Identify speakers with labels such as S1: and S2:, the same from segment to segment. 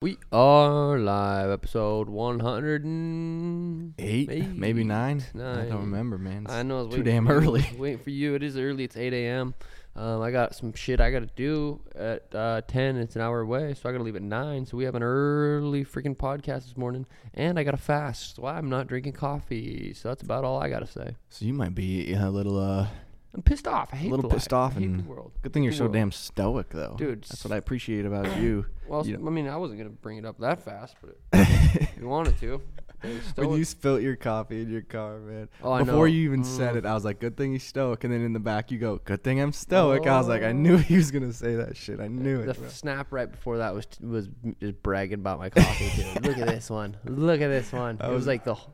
S1: We are live, episode 108.
S2: Eight, maybe nine. I
S1: Nine.
S2: don't remember, man.
S1: I know. I was
S2: too
S1: waiting
S2: damn
S1: for you-
S2: early.
S1: Waiting for you. It is early. It's 8 a.m. Um, I got some shit I got to do at uh, 10. It's an hour away, so I got to leave at 9. So we have an early freaking podcast this morning. And I got to fast, so I'm not drinking coffee. So that's about all I got to say.
S2: So you might be a little, uh,
S1: I'm pissed off. I hate
S2: little
S1: the
S2: pissed
S1: life.
S2: off
S1: I hate
S2: and-
S1: the world.
S2: good thing you're so
S1: Well-
S2: damn stoic, though.
S1: Dude,
S2: that's what I appreciate about you.
S1: Well,
S2: You
S1: s-
S2: know-
S1: I mean, I wasn't going to bring it up that fast, but if you wanted to. then stoic.
S2: when you spilt your coffee in your car, man.
S1: Oh, I
S2: Before
S1: know. Mm.
S2: you even said it, I was like, "Good thing he's stoic," and then in the back you go, "Good thing I'm stoic." I was like, "I knew he was gonna say that shit. I knew
S1: Oh. The
S2: it."
S1: f-
S2: bro.
S1: snap right before that was t- was m- just bragging about my coffee. Dude. Look at this one. Look at this one. it was
S2: was-
S1: like the, wh-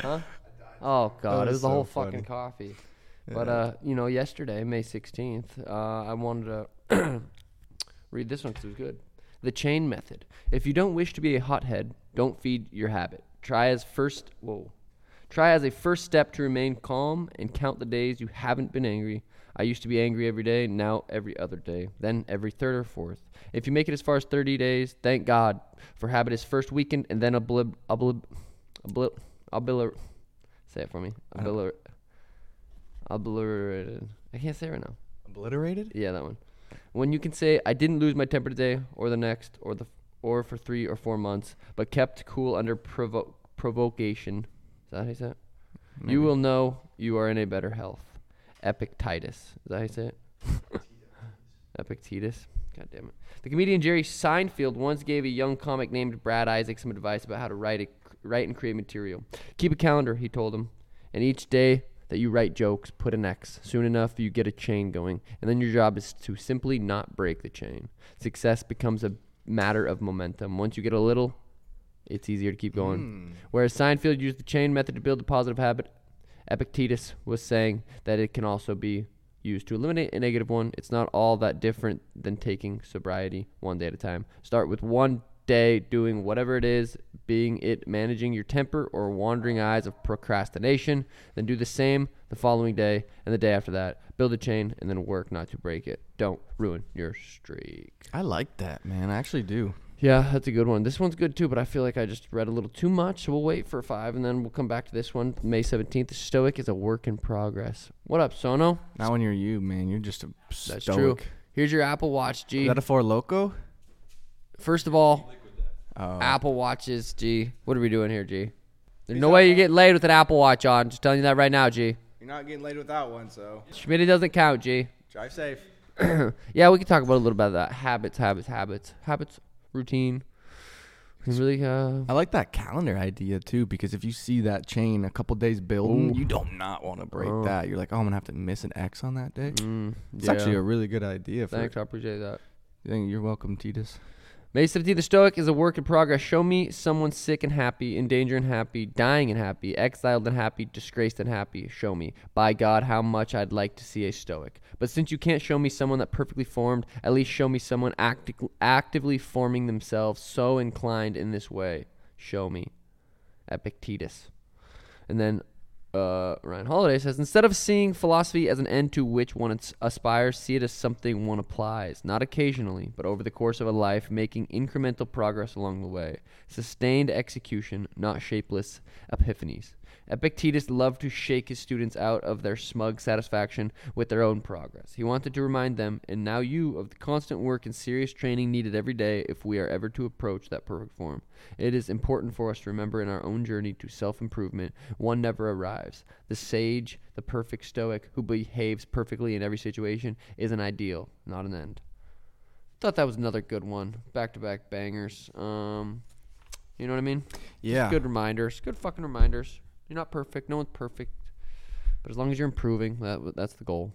S1: huh? Oh god, it
S2: was
S1: was the whole
S2: so
S1: fucking
S2: funny.
S1: coffee. But uh, you know, yesterday, May sixteenth, uh, I wanted to read this one because it was good. The chain method. If you don't wish to be a hothead, don't feed your habit. Try as first. Whoa. Try as a first step to remain calm and count the days you haven't been angry. I used to be angry every day, now every other day, then every third or fourth. If you make it as far as 30 days, thank God for habit is first weakened and then oblib oblib oblib oblib say it for me oblib obliterated. I can't say it right now.
S2: Obliterated?
S1: Yeah, that one. When you can say I didn't lose my temper today or the next or the or for 3 or 4 months, but kept cool under provo- provocation. Is that how you say it? You will know you are in a better health. Epictetus. Is that how you say it? Epictetus. God damn it. The comedian Jerry Seinfeld once gave a young comic named Brad Isaac some advice about how to write, a, write and create material. Keep a calendar, he told him. And each day that you write jokes, put an X. Soon enough, you get a chain going. And then your job is to simply not break the chain. Success becomes a matter of momentum. Once you get a little, it's easier to keep going.
S2: Hmm.
S1: Whereas Seinfeld used the chain method to build a positive habit, Epictetus was saying that it can also be used to eliminate a negative one. It's not all that different than taking sobriety one day at a time. Start with one day doing whatever it is, being it managing your temper or wandering eyes of procrastination, then do the same the following day and the day after that. Build a chain and then work not to break it. Don't ruin your streak.
S2: I like that, man. I actually do.
S1: Yeah, that's a good one. This one's good too, but I feel like I just read a little too much, so we'll wait for five and then we'll come back to this one. May 17th. Stoic is a work in progress. What up, Sono?
S2: Not when you're you, man. You're just a stoic.
S1: That's true. E Here's your Apple Watch, G.
S2: Is that a four loco?
S1: First of all,
S2: Oh.
S1: Apple Watches, G. What are we doing here, G? There's no way you're getting laid with an Apple Watch on. Just telling you that right now, G.
S3: You're not getting laid without one, so
S1: Schmitty doesn't count, G.
S3: drive safe.
S1: Yeah, we can talk about a little bit of that. Habits, habits, habits. Habits, routine. You Really, uh,
S2: I like that calendar idea too because if you see that chain a couple days building, you don't not want to break
S1: Oh.
S2: that. You're like, oh, I'm gonna have to miss an X on that day.
S1: mm,
S2: It's
S1: yeah.
S2: actually a really good idea. For
S1: Thanks, I appreciate that.
S2: Thank- You're welcome, Titus.
S1: May 17th, the Stoic is a work in progress. Show me someone sick and happy, in danger and happy, dying and happy, exiled and happy, disgraced and happy. Show me. By God, how much I'd like to see a Stoic. But since you can't show me someone that perfectly formed, at least show me someone acti- actively forming themselves so inclined in this way. Show me. Epictetus. And then uh, Ryan Holiday says instead of seeing philosophy as an end to which one ins- aspires, see it as something one applies, not occasionally, but over the course of a life, making incremental progress along the way. Sustained execution, not shapeless epiphanies. Epictetus loved to shake his students out of their smug satisfaction with their own progress. He wanted to remind them, and now you, of the constant work and serious training needed every day if we are ever to approach that perfect form. It is important for us to remember in our own journey to self improvement, one never arrives. The sage, the perfect stoic, who behaves perfectly in every situation, is an ideal, not an end. Thought that was another good one. Back to back bangers. Um, you know what I mean?
S2: Yeah.
S1: Good reminders. Good fucking reminders. You're not perfect. No one's perfect. But as long as you're improving, that that's the goal.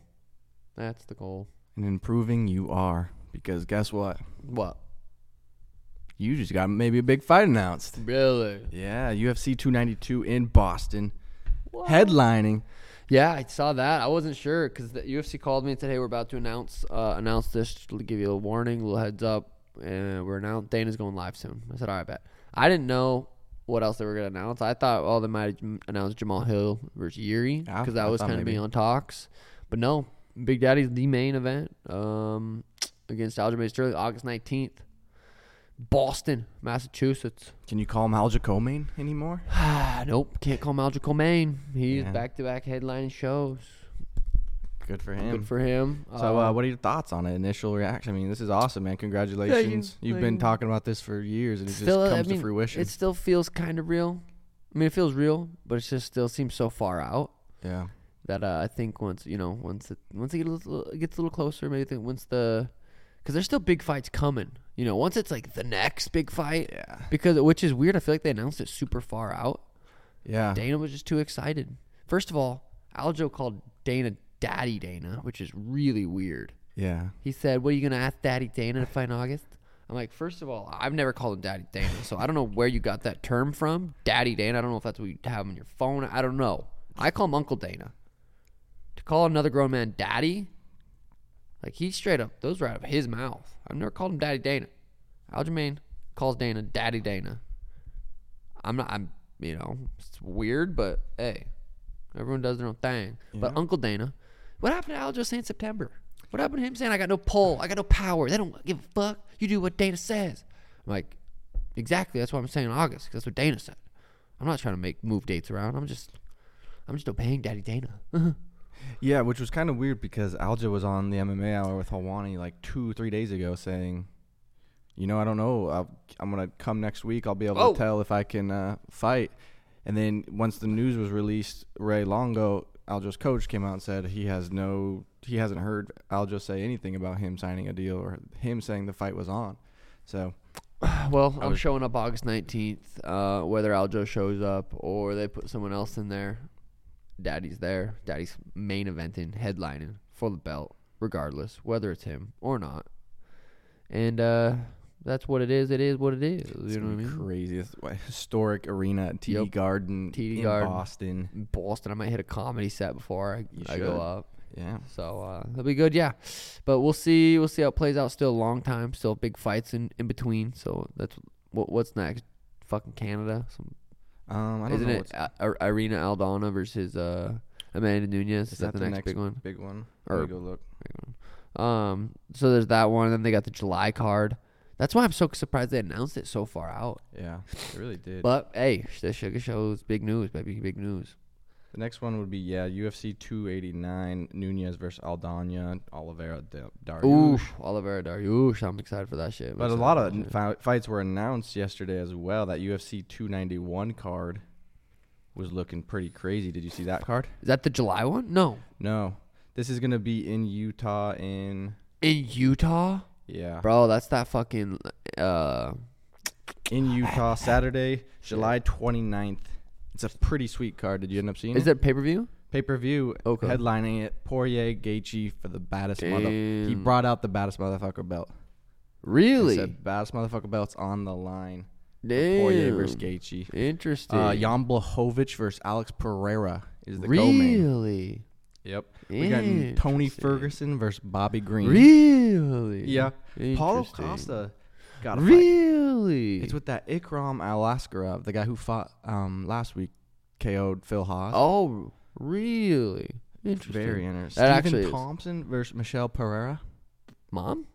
S1: That's the goal.
S2: And improving you are because guess what?
S1: What?
S2: You just got maybe a big fight announced.
S1: Really?
S2: Yeah, UFC 292 in Boston, headlining.
S1: Yeah, I saw that. I wasn't sure because the UFC called me and said, "Hey, we're about to announce uh, announce this. Just to give you a little warning, a little heads up, and we're announcing Dana's going live soon." I said, "All right, bet." I didn't know what else they were gonna announce. I thought, oh, they might announce Jamal Hill versus Yuri
S2: Yeah,
S1: because
S2: I
S1: that was
S2: thought
S1: kind of
S2: maybe.
S1: being on talks, but no, Big Daddy's the main event um, against Aljamain Sterling, August nineteenth. Boston, Massachusetts.
S2: Can you call him Al Jacomane anymore?
S1: nope, can't call Malcolm Comain. He's
S2: Yeah.
S1: back to back headlining shows.
S2: Good for him.
S1: Good for him. Um,
S2: so, uh, what are your thoughts on it? Initial reaction? I mean, this is awesome, man. Congratulations. You've been
S1: like-
S2: talking about this for years, and it
S1: still,
S2: just
S1: I
S2: comes
S1: mean,
S2: to fruition.
S1: it still feels kind of real. I mean, it feels real, but it just still seems so far out.
S2: yeah.
S1: that uh, I think once you know once it once it gets a little, it gets a little closer, maybe think once the because there's still big fights coming. You know, once it's like the next big fight,
S2: Yeah.
S1: Because which is weird. I feel like they announced it super far out.
S2: Yeah.
S1: Dana was just too excited. First of all, Aljo called Dana Daddy Dana, which is really weird.
S2: Yeah.
S1: He said, "What are you gonna ask Daddy Dana to fight in August?" I'm like, first of all, I've never called him Daddy Dana, so I don't know where you got that term from, Daddy Dana. I don't know if that's what you have on your phone. I don't know. I call him Uncle Dana. To call another grown man Daddy, like he straight up, those were out of his mouth. I've never called him Daddy Dana. Aljamain calls Dana Daddy Dana. I'm not. I'm. You know, it's weird, but hey, everyone does their own thing. But Uncle Dana, what happened to Aljo saying September? What happened to him saying I got no pull, I got no power? They don't give a fuck. You do what Dana says. I'm like, exactly. That's what I'm saying in August. 'cause that's what Dana said. I'm not trying to make move dates around. I'm just, I'm just obeying Daddy Dana.
S2: Yeah, which was kind of weird because Alja was on the MMA Hour with Hawani like two, three days ago saying, you know, I don't know. i I'm going to come next week. I'll be able
S1: Oh.
S2: to tell if I can uh, fight. And then once the news was released, Ray Longo, Aljo's coach, came out and said he has no, he hasn't heard Aljo say anything about him signing a deal or him saying the fight was on. So,
S1: Well, I'm showing up August 19th. Uh, whether Aljo shows up or they put someone else in there, Daddy's there. Daddy's main eventing, headlining for the belt, regardless whether it's him or not. And uh, that's what it is. It is what it is. you know what I mean?
S2: crazy. It's a historic arena at TD
S1: Yep.
S2: Garden
S1: TD
S2: in
S1: Garden.
S2: Boston.
S1: In Boston, I might hit a comedy set before I, I go
S2: should.
S1: up.
S2: Yeah.
S1: So uh, that'll be good, yeah. But we'll see. We'll see how it plays out. Still a long time. Still big fights in, in between. So that's what, what's next. Fucking Canada. Some
S2: Um, I don't
S1: Isn't
S2: know
S1: it
S2: what's
S1: I- I- Irina Aldana versus uh, Amanda Nunez? Is, that, the, next, big one?
S2: Big one.
S1: Or-
S2: Or go look.
S1: Um, so there's that one. Then they got the July card. That's why I'm so surprised they announced it so far out.
S2: Yeah, it really did.
S1: But hey, the Sugar Show's big news, baby, big news.
S2: the next one would be yeah, UFC 289 Nunez versus Aldana Oliveira Da- Dariush.
S1: Ooh, Oliver Dariush. I'm excited for that shit. I'm
S2: But a
S1: excited
S2: lot
S1: for
S2: of
S1: that
S2: n-
S1: shit.
S2: fi- fights were announced yesterday as well. That UFC 291 card was looking pretty crazy. Did you see that card?
S1: Is that the July one? No,
S2: No. This is gonna be in Utah. In
S1: in Utah,
S2: yeah,
S1: bro. That's that fucking. Uh,
S2: Hmm? in Utah Saturday, July 29th. It's a pretty sweet card. Did you end up seeing
S1: is
S2: it?
S1: that pay per view?
S2: Pay per view.
S1: Okay.
S2: Headlining it, Poirier Gaethje for the baddest mother. He
S1: Damn.
S2: brought out the baddest motherfucker belt. He
S1: Really?
S2: said baddest motherfucker belts on the line.
S1: Damn.
S2: Poirier versus Gaethje.
S1: Interesting.
S2: Uh, Jan Blachowicz versus Alex Pereira is the co-main.
S1: really?
S2: Yep. We got Tony
S1: Interesting.
S2: Ferguson versus Bobby Green.
S1: Really?
S2: Yeah. Paulo
S1: Interesting.
S2: Costa got a fight.
S1: Really?
S2: It's with that Ikram Alaskarov, the guy who fought um, last week, KO'd Phil Haas.
S1: oh, really? Interesting.
S2: Very interesting.
S1: That
S2: Stephen
S1: actually is-
S2: Thompson versus Michelle Pereira.
S1: Mom?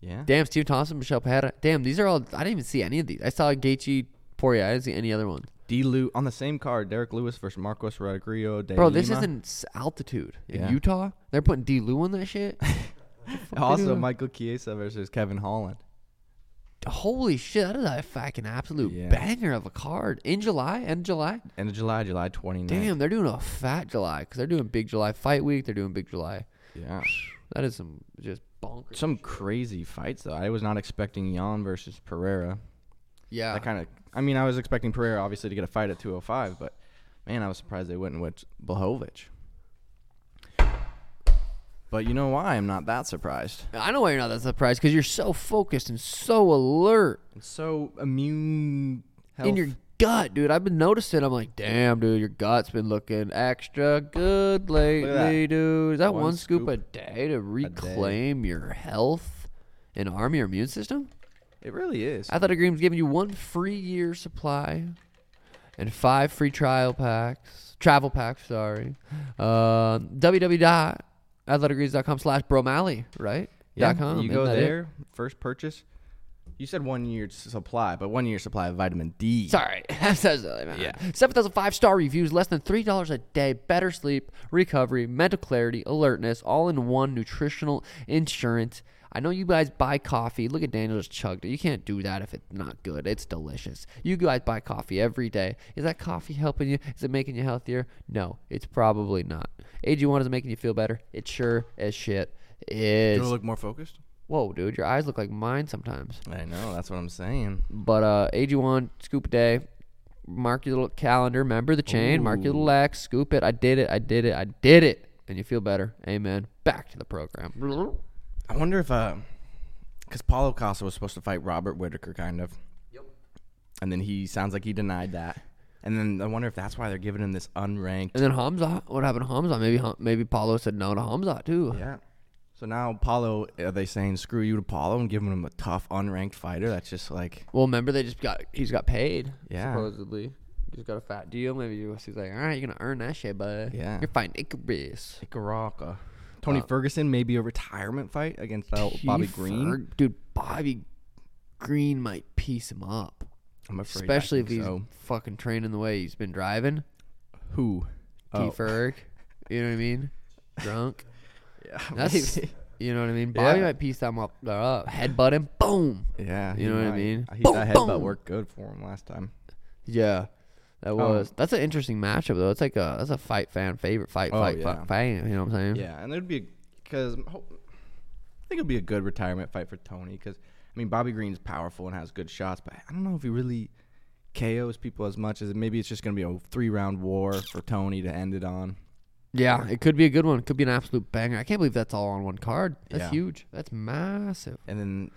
S2: Yeah.
S1: Damn, Steve Thompson, Michelle Pereira. Damn, these are all. I didn't even see any of these. I saw Gaethje, Poirier. I didn't see any other ones.
S2: D. Lou on the same card. Derek Lewis versus Marcos Rodrigo. De
S1: Bro, this
S2: Lima.
S1: isn't s- altitude
S2: Yeah.
S1: in Utah. They're putting D. Lou on that shit.
S2: also Michael Chiesa versus Kevin Holland.
S1: Holy shit! That is a fucking absolute
S2: Yeah.
S1: banger of a card in July. End July.
S2: End of July, July 29th.
S1: Damn, they're doing a fat July because they're doing Big July Fight Week. They're doing Big July.
S2: Yeah.
S1: That is some just bonkers.
S2: Some crazy fights though. I was not expecting Jan versus Pereira.
S1: Yeah.
S2: That kind of. I mean, I was expecting Pereira obviously to get a fight at 205, but man, I was surprised they went with Blahovic. But you know why I'm not that surprised.
S1: I know why you're not that surprised because you're so focused and so alert
S2: It's so immune. Health.
S1: in your gut, dude. I've been noticing. I'm like, damn, dude, your gut's been looking extra good lately,
S2: that.
S1: dude. Is that one,
S2: One
S1: scoop,
S2: scoop
S1: a day to reclaim your health and arm your immune system?
S2: it really is.
S1: Athletic Greens giving you one free year supply and five free trial packs, travel packs, sorry. Uh, www.athleticgreens.com slash bromalley, right?
S2: Yeah,
S1: Dot com,
S2: you
S1: isn't
S2: go
S1: that it?
S2: there, first purchase. You said one year supply, but one year supply of vitamin D.
S1: Sorry. yeah. 7,000 five star reviews, less than $3 a day, better sleep, recovery, mental clarity, alertness, all in one nutritional insurance. I know you guys buy coffee. Look at Daniel just chugged it. You can't do that if it's not good. It's delicious. You guys buy coffee every day. Is that coffee helping you? Is it making you healthier? No, it's probably not. AG1 is making you feel better. It sure as shit is.
S2: Do I look more focused?
S1: Whoa, dude, your eyes look like mine sometimes.
S2: I know. That's what I'm saying.
S1: But uh, AG1, scoop a day. Mark your little calendar. Remember the chain. Mark your little X. Scoop it. I did it. I did it. I did it. And you feel better. Amen. Back to the program.
S2: I wonder if, uh, because Paulo Costa was supposed to fight Robert Whitaker, kind of. Yep. And then he sounds like he denied that. And then I wonder if that's why they're giving him this unranked.
S1: And then Hamza. What happened to Hamza? Maybe Ham- maybe Paulo said no to Hamza too.
S2: Yeah. So now Paulo, are they saying screw you to Paulo and giving him a tough unranked fighter? That's just like
S1: Well, remember they just got he's got paid.
S2: Yeah.
S1: Supposedly. He's got a fat deal. Maybe UFC's like, all right, you're gonna earn that shit, bud.
S2: Yeah.
S1: You're fighting Icarus.
S2: Icaraka. Tony
S1: Wow.
S2: Ferguson, maybe a retirement fight against uh, Bobby
S1: Keith
S2: Green.
S1: Ferg- dude, Bobby Green might piece him up.
S2: I'm afraid, I
S1: Especially if
S2: think
S1: he's
S2: so.
S1: fucking training the way he's been driving.
S2: who.
S1: T
S2: Oh.
S1: Ferg. You know what I mean? Drunk.
S2: Yeah,
S1: That's
S2: maybe.
S1: you know what I mean? Bobby
S2: Yeah.
S1: might piece them up there up. Headbutt him, boom.
S2: yeah.
S1: You know what I mean?
S2: He,
S1: Boom,
S2: that headbutt
S1: boom.
S2: worked good for him last time.
S1: Yeah. That was
S2: Um,
S1: that's an interesting matchup though. It's like a that's a fight fan favorite fight
S2: Oh,
S1: fight
S2: yeah.
S1: fight fight. You know what I'm saying?
S2: Yeah, and it'd be because I think it'd be a good retirement fight for Tony. Because I mean, Bobby Green's powerful and has good shots, but I don't know if he really KOs people as much as maybe it's just gonna be a three round war for Tony to end it on.
S1: Yeah, it could be a good one. It could be an absolute banger. I can't believe that's all on one card. That's
S2: Yeah.
S1: huge. That's massive.
S2: And then,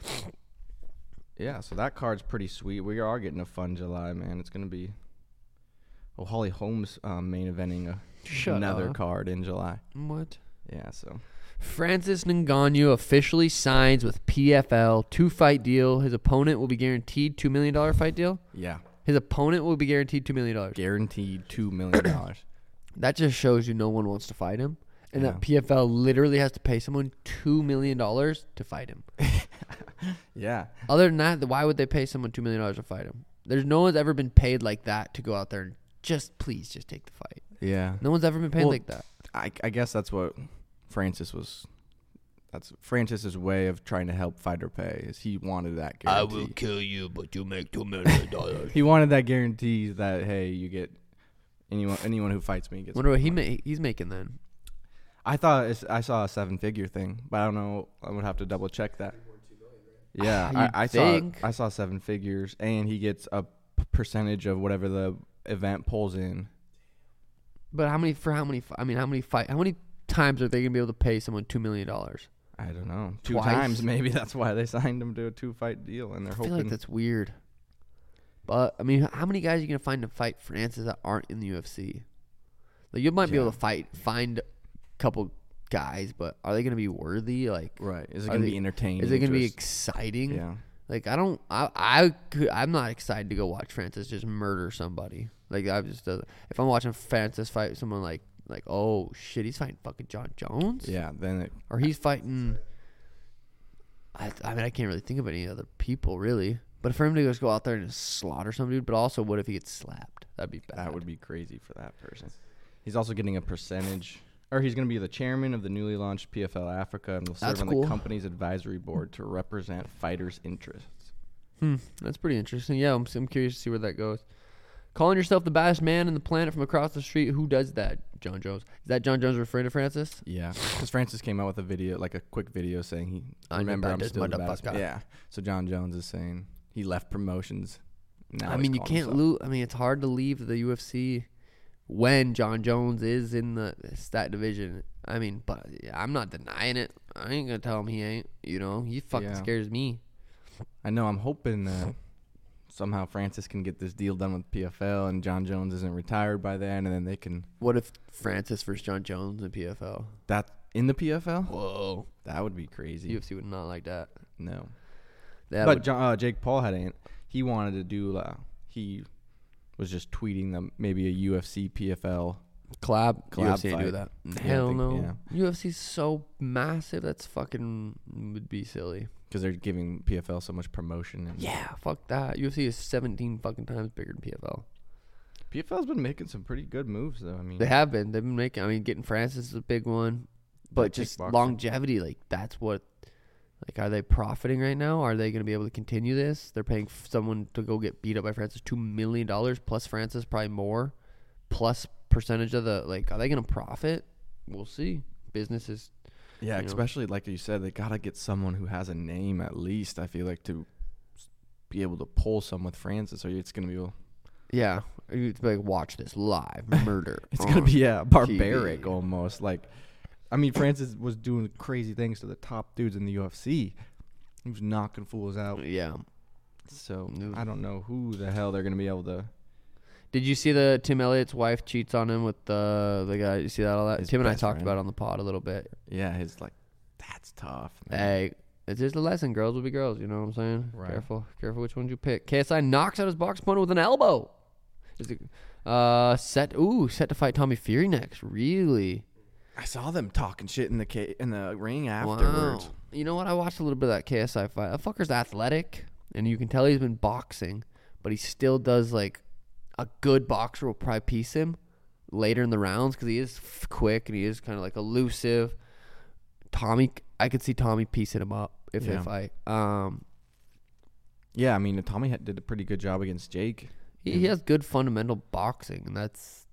S2: yeah, so that card's pretty sweet. We are getting a fun July, man. It's gonna be. Oh, Holly Holmes um, main eventing a,
S1: Shut
S2: another
S1: up.
S2: card in July.
S1: What?
S2: Yeah, so
S1: Francis Ngannou officially signs with PFL two fight deal. His opponent will be guaranteed two million dollar fight deal.
S2: yeah,
S1: His opponent will be guaranteed two million dollars.
S2: guaranteed two million dollars.
S1: That just shows you no one wants to fight him, and that
S2: Yeah.
S1: PFL literally has to pay someone two million dollars to fight him.
S2: yeah,
S1: Other than that, why would they pay someone two million dollars to fight him? There's no one's ever been paid like that to go out there and just please just take the fight.
S2: yeah.
S1: No one's ever been paid
S2: Well,
S1: like that.
S2: I, I guess that's what Francis was. That's Francis's way of trying to help fighter pay is he wanted that guarantee.
S1: kill you, but you make two million dollars.
S2: He wanted that guarantee that hey, you get anyone anyone who fights me gets.
S1: Wonder what he ma- he's making then.
S2: I thought it's, I saw a seven figure thing, but I don't know. I would have to double check that. Yeah,
S1: Ah, you'd
S2: I, I
S1: think.
S2: saw I saw seven figures, and he gets a p- percentage of whatever the event pulls in.
S1: But how many for how many? fi- I mean, how many fight? How many times are they gonna be able to pay someone two million dollars?
S2: I don't know. Two
S1: Twice?
S2: times, maybe that's why they signed him to a two fight deal, and they're
S1: I feel
S2: hoping.
S1: like that's weird. But I mean, how many guys are you gonna find to fight Francis that aren't in the UFC? Like you might be able
S2: Yeah.
S1: to fight find a couple guys, but are they gonna be worthy? Like,
S2: right? Is
S1: Are
S2: it going to
S1: they-
S2: be entertaining?
S1: is it gonna be
S2: just-
S1: exciting?
S2: Yeah.
S1: Like I don't, I, I could, I'm not excited to go watch Francis just murder somebody. Like I just, doesn't if I'm watching Francis fight someone, like, like oh shit, he's fighting fucking John Jones,
S2: Yeah. Then it.
S1: or he's fighting. I, I mean, I can't really think of any other people really. But for him to just go out there and just slaughter some dude, but also what if he gets slapped? That'd be bad.
S2: That would be crazy for that person. He's also getting a percentage, or he's going to be the chairman of the newly launched PFL Africa and will serve
S1: That's
S2: on
S1: cool.
S2: the company's advisory board to represent fighters' interests.
S1: Hmm, that's pretty interesting. Yeah, I'm, I'm curious to see where that goes. Calling yourself the baddest man in the planet from across the street, who does that? John Jones. Is that John Jones referring to Francis?
S2: Yeah, because Francis came out with a video, like a quick video saying he
S1: I'm the
S2: remember I'm
S1: baddest
S2: still the baddest.
S1: motherfucker."
S2: Yeah. So John Jones is saying he left promotions. Now
S1: I
S2: he's
S1: mean, you
S2: calling
S1: can't
S2: himself-
S1: lose. I mean, it's hard to leave the UFC when John Jones is in the stat division. I mean, but yeah, I'm not denying it. I ain't gonna tell him he ain't. You know, he fucking
S2: Yeah.
S1: scares me.
S2: I know. I'm hoping that somehow Francis can get this deal done with PFL, and John Jones isn't retired by then, and then they can
S1: What if Francis versus John Jones in PFL?
S2: that in the PFL.
S1: Whoa,
S2: That would be crazy.
S1: UFC would not like that.
S2: no.
S1: That
S2: but
S1: would-
S2: John, uh, Jake Paul hadn't. He wanted to do. Uh, he was just tweeting them maybe a UFC PFL
S1: Collab,
S2: Collab
S1: UFC ain't do
S2: fight.
S1: that.
S2: Mm, yeah, I
S1: Hell
S2: think-
S1: no. UFC's so massive. That's fucking would be silly.
S2: because they're giving PFL so much promotion. And
S1: Yeah, fuck that. UFC is 17 fucking times bigger than PFL.
S2: PFL's been making some pretty good moves though. I mean,
S1: They have been. They've been making. I mean, getting Francis is a big one, but just
S2: kickboxing.
S1: longevity. Like that's what. Like, are they profiting right now? Are they going to be able to continue this? They're paying f- someone to go get beat up by Francis two million dollars plus Francis probably more, plus percentage of the like. Are they going to profit? We'll see. Business is
S2: yeah,
S1: you know.
S2: especially like you said, they gotta get someone who has a name at least. I feel like to s- be able to pull some with Francis, or it's gonna be a-
S1: yeah. It's like watch this live murder.
S2: it's gonna be yeah barbaric
S1: TV.
S2: almost. Like, I mean, Francis was doing crazy things to the top dudes in the UFC. He was knocking fools out.
S1: yeah.
S2: So
S1: No.
S2: I don't know who the hell they're gonna be able to.
S1: Did you see the Tim Elliott's wife cheats on him with the the guy? You see that all that?
S2: His
S1: Tim and I
S2: best
S1: talked
S2: friend.
S1: about it on the pod a little bit.
S2: Yeah, his like, that's tough. Man.
S1: Hey, it's just a lesson. Girls will be girls. You know what I'm saying?
S2: Right.
S1: Careful, careful which ones you pick. KSI knocks out his box opponent with an elbow. Is it, uh, set. Ooh, set to fight Tommy Fury next. Really?
S2: I saw them talking shit in the ca- in the ring
S1: Wow. You know what? I watched a little bit of that KSI fight. That fucker's athletic, and you can tell he's been boxing, but he still does like a good boxer will probably piece him later in the rounds because he is f- quick and he is kind of like elusive. Tommy, I could see Tommy piecing him up if
S2: Yeah.
S1: they fight. Um,
S2: Yeah, I mean, Tommy had, did a pretty good job against Jake.
S1: He,
S2: Mm-hmm.
S1: he has good fundamental boxing, and that's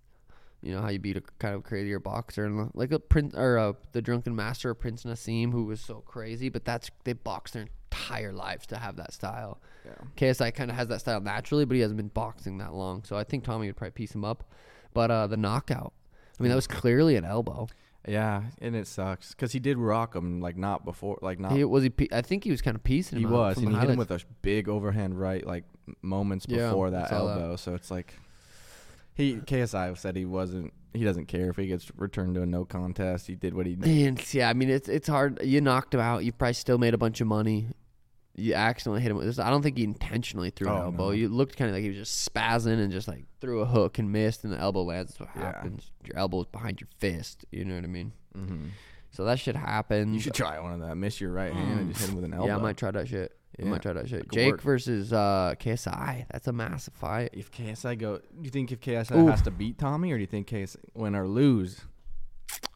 S1: you know how you beat a kind of crazier boxer, and like a prince or uh the drunken master of Prince Nassim, who was so crazy. But that's they box their entire lives to have that style. KSI kind of has that style naturally, but he hasn't been boxing that long, so I think Tommy would probably piece him up. But uh, the knockout, I mean, that was clearly an elbow.
S2: Yeah, and it sucks because he did rock him like not before, like not
S1: He
S2: he,
S1: was he. pe- I think he was kind of piecing him. out
S2: was,
S1: from
S2: and
S1: the
S2: he hit him
S1: highlights.
S2: with a sh- big overhand right like m- moments
S1: Yeah,
S2: before
S1: I
S2: that
S1: saw that.
S2: elbow. So it's like he KSI said he wasn't, he doesn't care if he gets returned to a no contest. He did what he
S1: And yeah, I mean it's it's hard. You knocked him out. You probably still made a bunch of money. You accidentally hit him with this. I don't think he intentionally threw an
S2: Oh,
S1: elbow.
S2: no.
S1: You looked kind of like he was just spazzing and just like threw a hook and missed, and the elbow lands. That's what
S2: Yeah.
S1: happens. Your elbow is behind your fist. You know what I mean?
S2: Mhm.
S1: So that shit happens.
S2: You should try one of that. Miss your right hand and just hit him with an elbow.
S1: yeah, I might try that shit. I
S2: Yeah,
S1: might try that shit.
S2: that could
S1: Jake
S2: work.
S1: versus uh, KSI. That's a massive fight.
S2: If KSI go, do you think if KSI
S1: Oof.
S2: has to beat Tommy, or do you think KSI win or lose?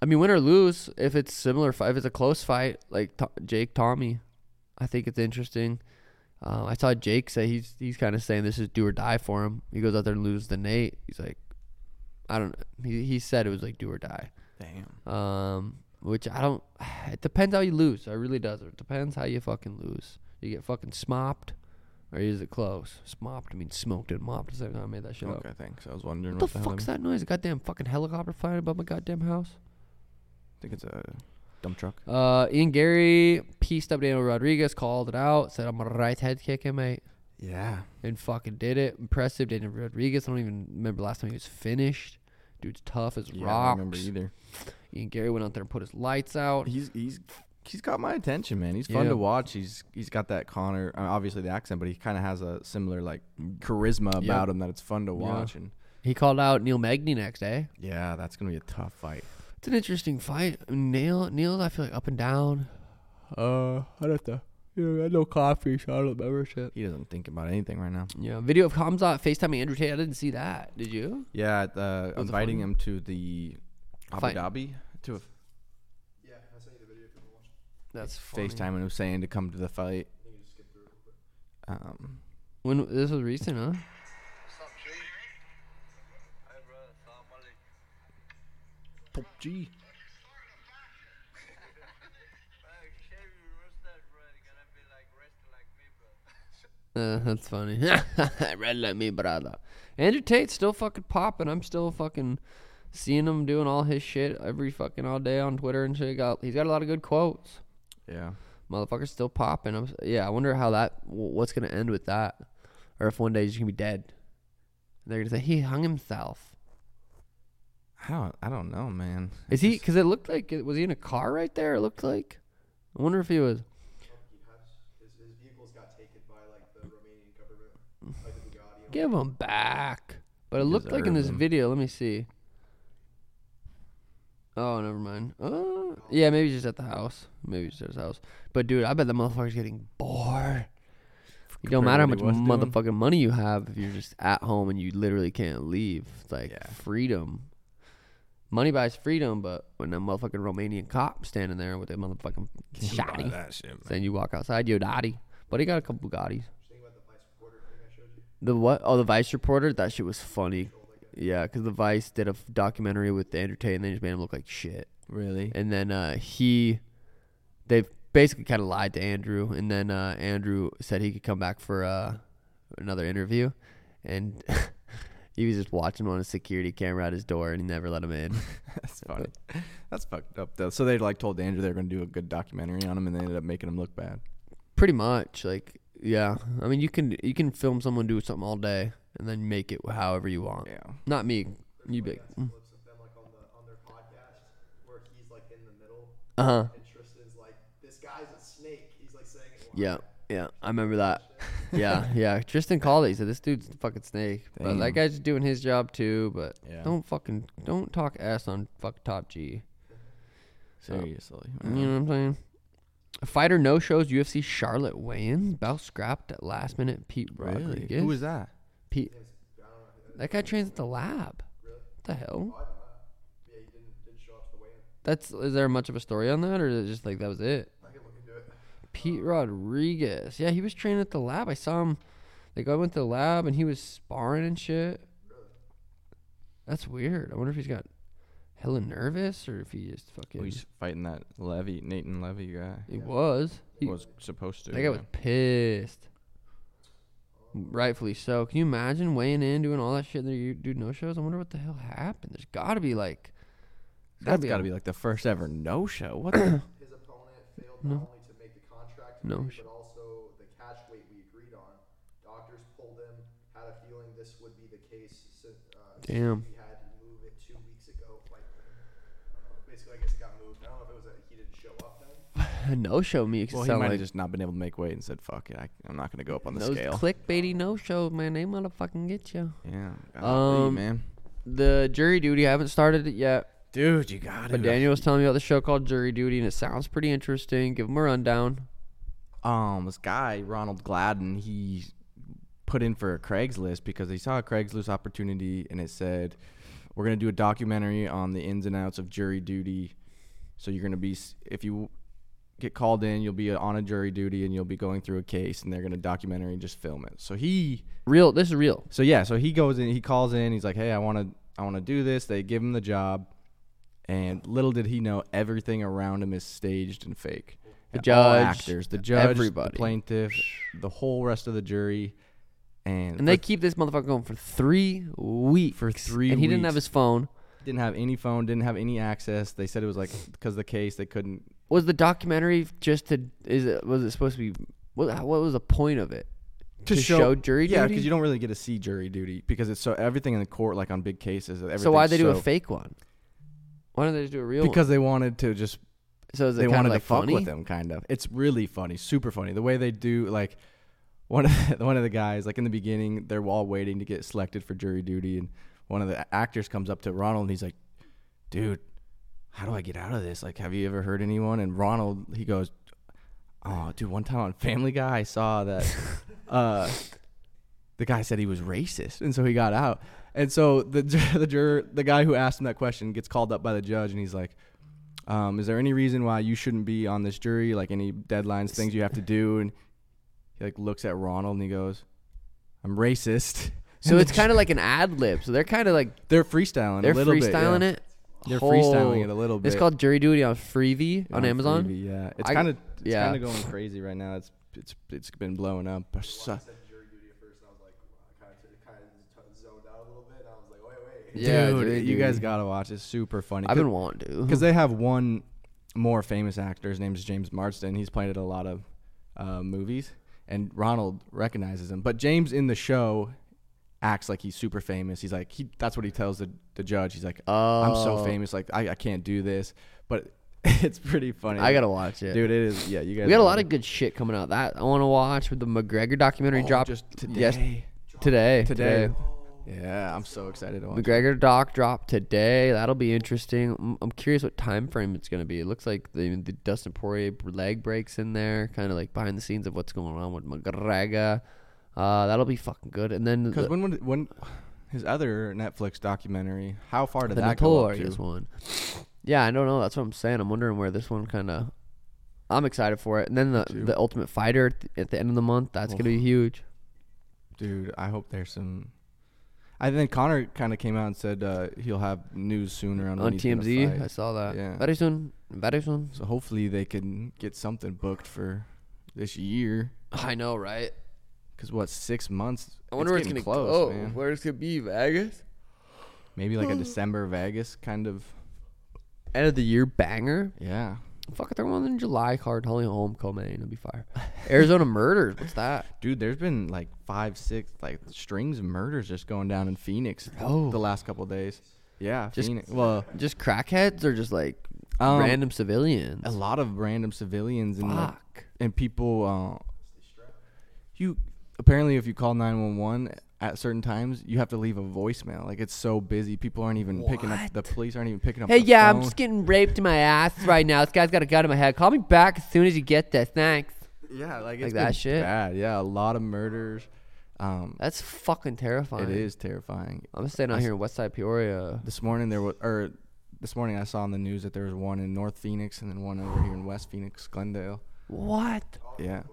S1: I mean, win or lose, if it's similar, fi- if it's a close fight, like to- Jake Tommy, I think it's interesting. Uh, I saw Jake say he's he's kind of saying this is do or die for him. He goes out there and loses the Nate. He's like, I don't. He he said it was like do or die.
S2: Damn.
S1: Um, which I don't. It depends how you lose. It really does. It depends how you fucking lose. You get fucking smopped, or is it close? Smopped means smoked and mopped. Is that how I made that shit up?
S2: Okay, thanks. I was wondering
S1: What
S2: what,
S1: the
S2: hell
S1: fuck's that noise? A goddamn fucking helicopter flying above my goddamn house.
S2: I think it's a dump truck.
S1: Uh, Ian Gary pieced up Daniel Rodriguez, called it out, said I'm gonna right head kick him, mate,
S2: Yeah.
S1: and fucking did it. Impressive, Daniel Rodriguez. I don't even remember last time he was finished. Dude's tough as
S2: Yeah, I don't remember
S1: rocks.
S2: either.
S1: Ian Gary went out there and put his lights out.
S2: He's he's he's got my attention, man. He's fun
S1: Yeah.
S2: to watch. He's he's got that Connor, uh, obviously the accent, but he kind of has a similar like charisma
S1: Yep.
S2: about him that it's fun to
S1: Yeah.
S2: watch. And
S1: He called out Neil Magny next day.
S2: yeah, that's gonna be a tough fight.
S1: It's an interesting fight. Neil, Neil, I feel like up and down.
S2: Uh, I don't know.
S1: Yeah, I had no coffee, so I don't remember shit.
S2: He doesn't think about anything right now.
S1: Yeah, video of Hamza FaceTiming Andrew Tate. I didn't see that. Did you?
S2: Yeah, uh,
S1: was a
S2: inviting
S1: fun-
S2: him to the Abu
S1: Fight.
S2: Dhabi to a
S3: Yeah, I sent you the video if you want to watch.
S1: That's funny.
S2: FaceTime and Hussein to come to the fight. Um,
S1: When this was recent, huh?
S2: PUBG.
S1: Uh, that's funny. Red like me, brother. Andrew Tate's still fucking popping. I'm still fucking seeing him doing all his shit every fucking all day on Twitter and shit. Got he's got a lot of good quotes.
S2: Yeah.
S1: Motherfucker's still popping. I'm s- yeah. I wonder how that wh- what's gonna end with that, or if one day he's gonna be dead. They're gonna say he hung himself.
S2: I don't. I don't know, man.
S1: Is he? Because it looked like it, was he in a car right there? It looked like. I wonder if he was.
S3: He has his, his vehicles got taken by like the Romanian government, like the Bugatti.
S1: Give him back. But it
S2: He
S1: looked like in
S2: deserved
S1: this
S2: them.
S1: video. Let me see. Oh, never mind. Uh, yeah, maybe just at the house. Maybe just at his house. But dude, I bet the motherfucker's getting bored. It don't matter how much
S2: Compared to what he was
S1: motherfucking
S2: doing.
S1: money you have if you're just at home and you literally can't leave. It's like
S2: Yeah.
S1: freedom. Money buys freedom, but when a motherfucking Romanian cop standing there with a motherfucking
S2: Buy
S1: shotty,
S2: that shit, man.
S1: then you walk outside, yo, daddy. But he got a couple Bugattis.
S3: Just think about the vice reporter thing I showed you.
S1: The what? Oh, the Vice reporter. That shit was funny. Yeah, because the Vice did a f- documentary with Andrew Tate, and they just made him look like shit.
S2: Really?
S1: And then uh, he, they basically kind of lied to Andrew, and then uh, Andrew said he could come back for uh, another interview, and he was just watching on a security camera at his door, and he never let him in.
S2: That's funny. That's fucked up though. So they like told Andrew they were gonna do a good documentary on him, and they ended up making him look bad.
S1: Pretty much, like yeah. I mean, you can you can film someone do something all day, and then make it however you want.
S2: Yeah.
S1: Not me. You big.
S3: Got
S1: Mm.
S3: some clips of them like on the on their podcast where he's like in the middle
S1: Uh huh.
S3: and Tristan's like, This guy's a snake. He's like saying it loud.
S1: Yeah, yeah, I remember that. yeah, yeah. Tristan called it. He said, "This dude's a fucking snake." But that
S2: Damn.
S1: guy's doing his job too. But
S2: Yeah.
S1: don't fucking don't talk ass on fuck top G.
S2: Seriously.
S1: You know what I'm saying? Fighter no shows UFC Charlotte weigh-ins. Bout scrapped at last minute. Pete
S2: Really?
S1: Rodriguez.
S2: Who was that?
S1: Pete? That guy trains at the lab. What the hell?
S3: I don't know. Yeah, he didn't didn't show up to the weigh in.
S1: That's is there much of a story on that, or is it just like that was it?
S3: I can look into it. Um,
S1: Pete Rodriguez. Yeah, he was training at the lab. I saw him. Like I went to the lab and he was sparring and shit. That's weird. I wonder if he's got hella nervous or if he just fucking.
S2: Oh, he's fighting that Levy, Nathan Levy guy.
S1: he was. He,
S2: was supposed to.
S1: that guy was pissed. Rightfully so. Can you imagine weighing in, doing all that shit, and you do no shows? I wonder what the hell happened. There's got to be like. there's
S2: That's
S1: a-
S2: got to be like the first ever no show. What? the?
S3: His opponent failed not only to make the contract
S1: No
S3: agree,
S1: sh-
S3: but also the cash weight we agreed on. Doctors pulled him, had a feeling this would be the case since uh, since
S1: Damn.
S3: we had to move it two weeks ago. Like, uh, basically, I guess it got moved. I don't know if it was that he didn't show up then.
S1: no show me.
S2: well, he
S1: sound
S2: might
S1: like
S2: have just not been able to make weight and said, "Fuck it, I, I'm not gonna go up on the
S1: those
S2: scale."
S1: clickbaity no shows, man. They motherfucking get you.
S2: yeah.
S1: Um,
S2: man.
S1: The jury duty, I haven't started it yet.
S2: Dude, you got
S1: But Daniel was telling me about the show called Jury Duty, and it sounds pretty interesting. Give him a rundown.
S2: um this guy Ronald Gladden he put in for a Craigslist because he saw a Craigslist opportunity and it said we're gonna do a documentary on the ins and outs of jury duty so you're gonna be s- if you get called in you'll be on a jury duty and you'll be going through a case and they're gonna documentary and just film it so he
S1: Real, this is real.
S2: so yeah, so he goes in, he calls in, he's like, "Hey, I want to I want to do this." They give him the job. And little did he know everything around him is staged and fake.
S1: The
S2: And all
S1: judge,
S2: actors, the judge,
S1: everybody.
S2: the plaintiff, the whole rest of the jury. And,
S1: And they keep this motherfucker going for three weeks.
S2: For three
S1: And he didn't have
S2: weeks.
S1: his phone.
S2: didn't have any phone, didn't have any access. They said it was like because the case they couldn't
S1: Was the documentary just to? Is it? Was it supposed to be? What, what was the point of it? show jury
S2: yeah,
S1: duty?
S2: because you don't really get to see jury duty because it's so everything in the court like on big cases. Everything's
S1: So why they do a
S2: so-
S1: fake one? Why don't they just do a real one?
S2: Because they wanted to just
S1: so is it
S2: they
S1: kind
S2: wanted
S1: of like
S2: to fuck
S1: funny?
S2: with him, kind of. It's really funny, super funny. The way they do, like one of the, one of the guys, like in the beginning, they're all waiting to get selected for jury duty, and one of the actors comes up to Ronald and he's like, "Dude, how do I get out of this? Like, have you ever heard anyone?" And Ronald, he goes, "Oh, dude, one time on Family Guy, I saw that." uh the guy said he was racist, and so he got out. And so the ju- the juror, the guy who asked him that question, gets called up by the judge, and he's like, um, "Is there any reason why you shouldn't be on this jury? Like any deadlines, things you have to do?" And he like looks at Ronald and he goes, "I'm racist."
S1: So it's kind of like an ad lib. So they're kind of like
S2: They're freestyling.
S1: they're
S2: a little
S1: freestyling
S2: bit,
S1: it.
S2: yeah. They're freestyling it a
S1: Whole-
S2: little bit.
S1: It's called Jury Duty on Freevee on Amazon.
S2: Freevee, yeah, it's
S1: I-
S2: kind of
S1: yeah.
S2: kind of going crazy right now. It's it's it's been blowing up. So-
S3: Said jury duty at first, and I was like, wow, I kind of kind of zoned out a little bit. And I was like, wait, wait.
S1: Yeah,
S2: dude,
S1: Jury
S2: you guys
S1: Duty.
S2: gotta watch. It's super funny.
S1: I've been wanting to.
S2: because they have one more famous actor. His name is James Marsden. He's played at a lot of uh, movies, and Ronald recognizes him. But James in the show acts like he's super famous. He's like he. That's what he tells the, the judge. He's like, "Uh, I'm so
S1: Oh.
S2: famous. Like I, I can't do this." But it's pretty funny.
S1: I gotta watch it.
S2: dude. It is. Yeah, you guys.
S1: We got a lot
S2: gotta-
S1: of good shit coming out. That I want to watch with the McGregor documentary
S2: Oh,
S1: dropped
S2: just
S1: yes-
S2: today.
S1: today.
S2: Today.
S1: today.
S2: Yeah, I'm so excited to watch. it.
S1: McGregor doc drop today. That'll be interesting. I'm, I'm curious what time frame it's going to be. It looks like the, the Dustin Poirier leg breaks in there, kind of like behind the scenes of what's going on with McGregor. Uh, that'll be fucking good. And then
S2: Because
S1: the,
S2: when would when his other Netflix documentary, how far did
S1: the
S2: that go up
S1: notorious
S2: to?
S1: one. Yeah, I don't know. That's what I'm saying. I'm wondering where this one kind of. I'm excited for it. And then the the Ultimate Fighter at the, at the end of the month. That's going to be huge.
S2: Dude, I hope there's some. I think Connor kind of came out and said uh, he'll have news soon around
S1: On
S2: when he's gonna
S1: TMZ, I
S2: fight.
S1: saw that.
S2: Yeah.
S1: Very soon. Very soon.
S2: So hopefully they can get something booked for this year.
S1: I know, right?
S2: Cause what six months?
S1: I wonder where
S2: getting
S1: it's going to go. Oh,
S2: close, man.
S1: Where it's going to be, Vegas?
S2: Maybe
S1: Hmm.
S2: like a December Vegas kind of.
S1: End of the year banger.
S2: Yeah,
S1: Fuck it, they're one in July card, Holly Homecoming. It'll be fire. Arizona Murders. What's that?
S2: dude. There's been like five, six like strings of murders just going down in Phoenix
S1: Oh.
S2: the last couple of days. Yeah,
S1: Just-
S2: Phoenix. Well,
S1: Just crackheads or just like
S2: Um,
S1: random civilians?
S2: a lot of random civilians and like,
S1: Fuck.
S2: and people. Uh, you apparently, if you call nine one one at certain times, you have to leave a voicemail. Like it's so busy, people aren't even picking up. The police aren't even picking up.
S1: Hey,
S2: the
S1: yeah,
S2: phone.
S1: I'm just getting raped in my ass right now. This guy's got a gun in my head. Call me back as soon as you get this. Thanks.
S2: Yeah, like,
S1: Like
S2: it's
S1: that
S2: been
S1: shit?
S2: Bad. Yeah, a lot of murders. Um,
S1: That's fucking terrifying.
S2: it is terrifying.
S1: I'm staying out here in Westside Peoria.
S2: This morning there was, or this morning I saw on the news that there was one in North Phoenix and then one over here in West Phoenix, Glendale.
S1: What?
S2: Yeah,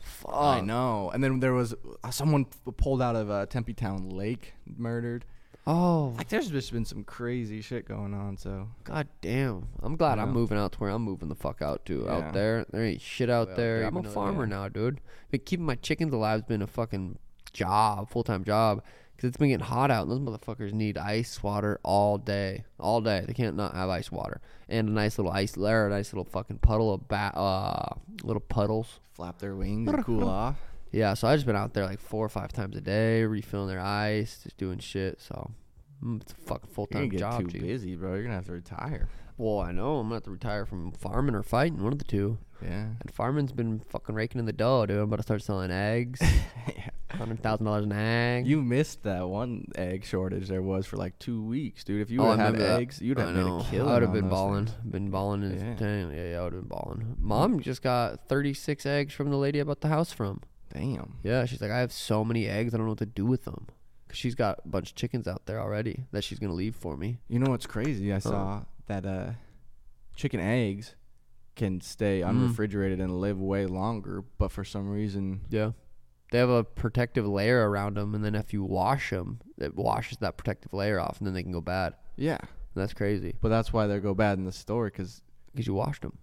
S1: Fuck.
S2: I know. And then there was uh, someone p- pulled out of uh, Tempe Town Lake, murdered.
S1: Oh,
S2: Like, there's just been some crazy shit going on. So
S1: god damn. I'm glad I'm
S2: Yeah.
S1: moving out to where I'm moving the fuck out to.
S2: Yeah.
S1: Out there. There ain't shit out there.
S2: there,
S1: I'm a
S2: even though-
S1: farmer
S2: yeah.
S1: now, dude. But keeping my chickens alive has been a fucking job, full time job. Because it's been getting hot out, and those motherfuckers need ice water all day. All day. They can't not have ice water. And a nice little ice layer, a nice little fucking puddle of ba- uh, little puddles.
S2: flap their wings and cool off.
S1: Yeah, so I've just been out there like four or five times a day, refilling their ice, just doing shit. So mm, it's a fucking full
S2: You're
S1: time
S2: gonna get
S1: job,
S2: too
S1: dude.
S2: busy, bro. You're gonna have to retire.
S1: Well, I know I'm gonna have to retire from farming or fighting, one of the two.
S2: Yeah.
S1: And farming's been fucking raking in the dough, dude. I'm about to start selling eggs. Hundred thousand dollars an egg.
S2: You missed that one egg shortage there was for like two weeks, dude. If you
S1: Oh, I
S2: would have
S1: remember that.
S2: eggs, you'd
S1: I
S2: have been
S1: know.
S2: a killer.
S1: I would have
S2: on
S1: been
S2: those
S1: balling,
S2: things.
S1: been balling in
S2: Yeah.
S1: yeah. dang, yeah, yeah, I would have been balling. Mom just got 36 eggs from the lady I bought the house from.
S2: Damn.
S1: Yeah, she's like, I have so many eggs, I don't know what to do with them. Cause she's got a bunch of chickens out there already that she's gonna leave for me.
S2: You know what's crazy? I saw that uh, chicken eggs can stay
S1: Mm.
S2: unrefrigerated and live way longer, but for some reason,
S1: Yeah. They have a protective layer around them, and then if you wash them, it washes that protective layer off, and then they can go bad.
S2: yeah.
S1: And that's crazy
S2: But that's why they go bad in the store because
S1: because you washed them.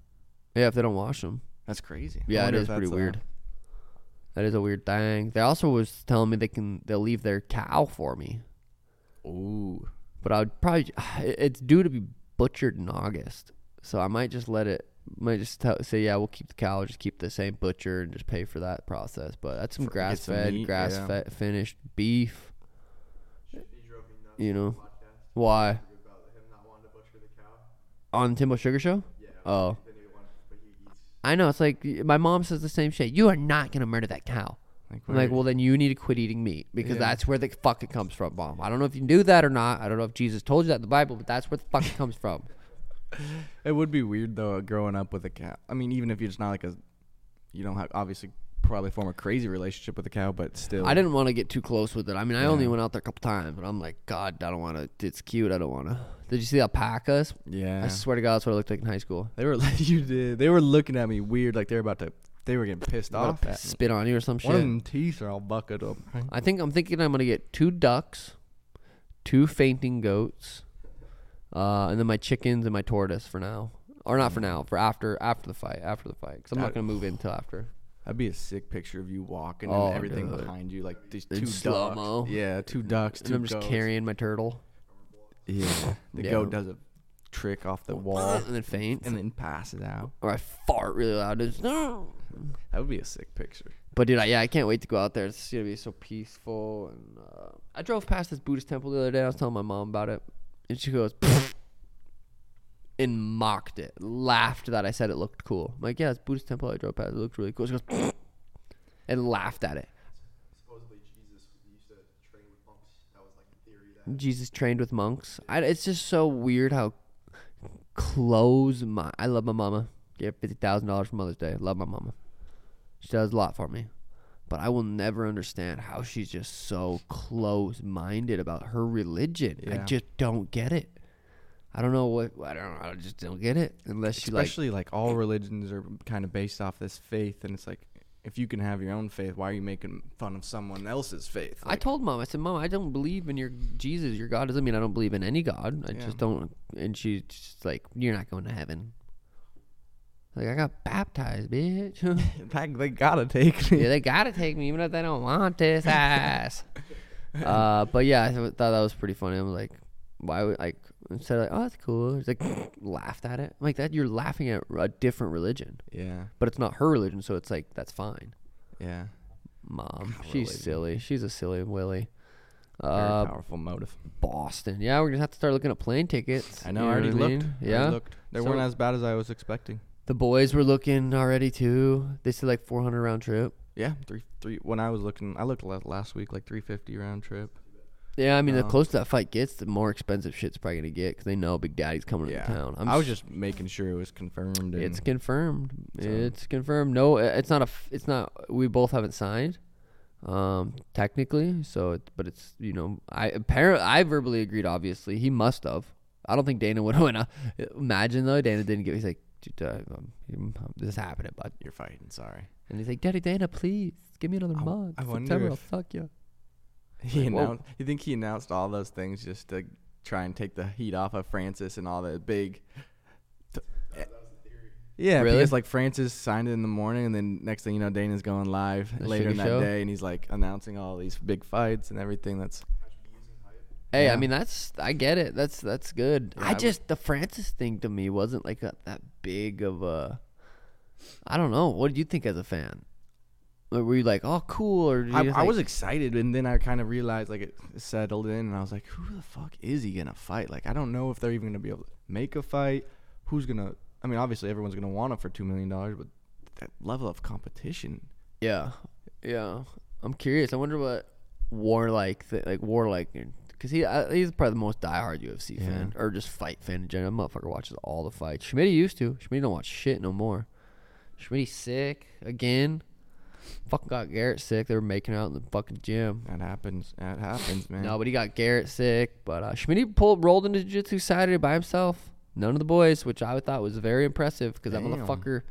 S1: Yeah, if they don't wash them,
S2: that's crazy. I
S1: yeah, it
S2: wonder
S1: is
S2: if
S1: pretty
S2: that's, uh,
S1: weird. That is a weird thing. They also was telling me they can they'll leave their cow for me,
S2: ooh,
S1: but I would probably it's due to be butchered in August, so I might just let it. Might just tell, say yeah, we'll keep the cow, just keep the same butcher, and just pay for that process. But that's some
S2: For- get
S1: grass
S2: some
S1: fed,
S2: meat,
S1: grass
S2: yeah.
S1: fed, finished beef.
S3: Should be drove me nuts.
S1: You know
S3: Podcast
S1: why?
S3: about him not wanting to butcher the cow.
S1: on the Timbo Sugar Show?
S3: Yeah.
S1: Oh,
S3: Then he wanted, but he eats.
S1: I know. It's like my mom says the same shit. You are not gonna murder that cow.
S2: like,
S1: I'm like,
S2: weird.
S1: well, then you need to quit eating meat because
S2: Yeah.
S1: that's where the fuck it comes from, mom. I don't know if you knew that or not. I don't know if Jesus told you that in the Bible, but that's where the fuck it comes from.
S2: it would be weird though uh, growing up with a cow. I mean, even if you're just not like a, you don't have obviously probably form a crazy relationship with a cow, but still,
S1: I didn't want to get too close with it. I mean, I only went out there a couple times, but I'm like, God, I don't want to. It's cute. I don't want to. Did you see alpacas?
S2: Yeah,
S1: I swear to God, that's what I looked like in high school.
S2: they were like you did. They were looking at me weird, like they were about to. They were getting pissed
S1: I'm gonna
S2: off. At me.
S1: Spit on you or some shit.
S2: One of them teeth are all bucket up.
S1: I think I'm thinking I'm gonna get two ducks, two fainting goats, uh, and then my chickens and my tortoise for now, or not for
S2: Mm.
S1: now, for after after the fight, after the fight, because I'm not
S2: Got
S1: gonna move in until after.
S2: That'd be a sick picture of you walking
S1: Oh,
S2: and everything
S1: dude.
S2: behind you, like these
S1: In
S2: two
S1: slow-mo.
S2: ducks. Yeah, two ducks,
S1: And
S2: two
S1: I'm just
S2: goats.
S1: carrying my turtle,
S2: Yeah, the
S1: Yeah.
S2: goat does a trick off the wall
S1: and then faint,
S2: and then passes out.
S1: or I fart really loud. It's,
S2: That would be a sick picture.
S1: But dude, I, yeah, I can't wait to go out there. It's gonna be so peaceful. And uh, I drove past this Buddhist temple the other day. I was telling my mom about it, and she goes and mocked it, laughed that I said it looked cool. I'm like, yeah, it's Buddhist temple. I drove past. It looked really cool. She goes and laughed at it.
S3: Supposedly Jesus used to train with Uncle That was like the theory that
S1: Jesus trained with monks. I, it's just so weird how close my. I love my mama. Gave her fifty thousand dollars for Mother's Day. Love my mama. She does a lot for me, but I will never understand how she's just so close-minded about her religion. I
S2: Yeah.
S1: just don't get it. I don't know what I don't. I just don't get it unless she like. eh.
S2: Especially like all religions are kind of based off this faith, and it's like if you can have your own faith, why are you making fun of someone else's faith?
S1: I
S2: Like,
S1: told mom, I said, Mom, I don't believe in your Jesus, your God. Doesn't mean I don't believe in any God. I
S2: Yeah.
S1: just don't. And she's just like, You're not going to heaven. Like, I got baptized, bitch. yeah,
S2: like, they gotta take me.
S1: they got to take me, even if they don't want this ass. uh, but yeah, I th- thought that was pretty funny. I'm like, Why would, like, instead of like, Oh, that's cool. It's like, laughed at it. I'm like, that You're laughing at a different religion,
S2: Yeah,
S1: but it's not her religion. So it's like, That's fine.
S2: yeah.
S1: Mom, she's
S2: religion.
S1: silly. She's a silly Willy.
S2: Very
S1: Uh,
S2: powerful motive.
S1: Boston. Yeah, we're gonna have to start looking at plane tickets.
S2: I know.
S1: You
S2: I already
S1: what
S2: looked.
S1: mean?
S2: I
S1: Yeah,
S2: already looked. They
S1: So-
S2: weren't as bad as I was expecting.
S1: the boys were looking already too. They said like 400 round trip.
S2: Yeah, three, three. When I was looking, I looked la- last week like three fifty round trip.
S1: Yeah, I mean, the
S2: Oh.
S1: closer that fight gets, the more expensive shit's probably gonna get because they know Big Daddy's coming
S2: Yeah,
S1: to town.
S2: i was
S1: s-
S2: just making sure it was confirmed. And
S1: It's confirmed.
S2: So-
S1: It's confirmed. No, i- it's not a. f- It's not. We both haven't signed, um, technically. So, it, but it's you know, I apparently I verbally agreed. Obviously, he must have. I don't think Dana would have went. Uh, imagine though, Dana didn't get. He's like, "Dude, uh, um, this is happening, bud.
S2: you're fighting. Sorry.
S1: And he's like, Daddy Dana, please give me another
S2: I w-
S1: month.
S2: I wonder
S1: September, I'll
S2: if-
S1: fuck you.
S2: He
S1: Like, whoa.
S2: announced. You think he announced all those things just to try and take the heat off of Francis and all the big. Yeah,
S1: Really?
S2: because like Francis signed it in the morning, and then next thing you know, Dana's going live
S1: The Sugar
S2: later in that
S1: Show?
S2: day, and he's like announcing all these big fights and everything. That's
S1: Hey, I
S2: Yeah.
S1: mean that's I get it. That's that's good. I
S2: I would-
S1: just the Francis thing to me wasn't like a, that big of a. I don't know. What did you think as a fan? Like, were you like, oh, cool? Or did
S2: I,
S1: you just
S2: I
S1: like-
S2: was excited, and then I kind of realized like it settled in, and I was like, "Who the fuck is he gonna fight? Like, I don't know if they're even gonna be able to make a fight. Who's gonna? I mean, obviously everyone's gonna want him for two million dollars, but that level of competition,
S1: Yeah, yeah. I'm curious. I wonder what Warlike, th- like Warlike, because he I, he's probably the most diehard UFC
S2: Yeah.
S1: fan or just fight fan in general. That Motherfucker watches all the fights. Schmidt used to. Schmidt don't watch shit no more. Schmidt sick again. Fucking got Garrett sick. They were making out in the fucking gym.
S2: that happens. That happens, man.
S1: No, but he got Garrett sick. But uh, Schmidt pulled rolled into Jiu Jitsu Saturday by himself. None of the boys, which I thought was very impressive because that
S2: Damn.
S1: motherfucker,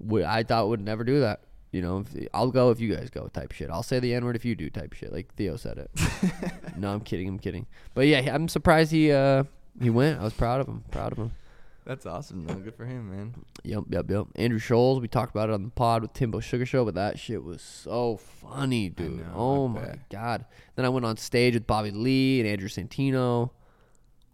S1: would, I thought would never do that. You know, if, I'll go if you guys go type shit. I'll say the N word if you do type shit. Like Theo said it. no, I'm kidding. I'm kidding. But yeah, I'm surprised he uh he went. I was proud of him. Proud of him.
S2: That's awesome. though. Good for him, man.
S1: Yep, yep, yep. Andrew Scholes, we talked about it on the pod with Timbo Sugar Show, but that shit was so funny, dude.
S2: know,
S1: oh
S2: I
S1: my
S2: bet.
S1: god. Then I went on stage with Bobby Lee and Andrew Santino.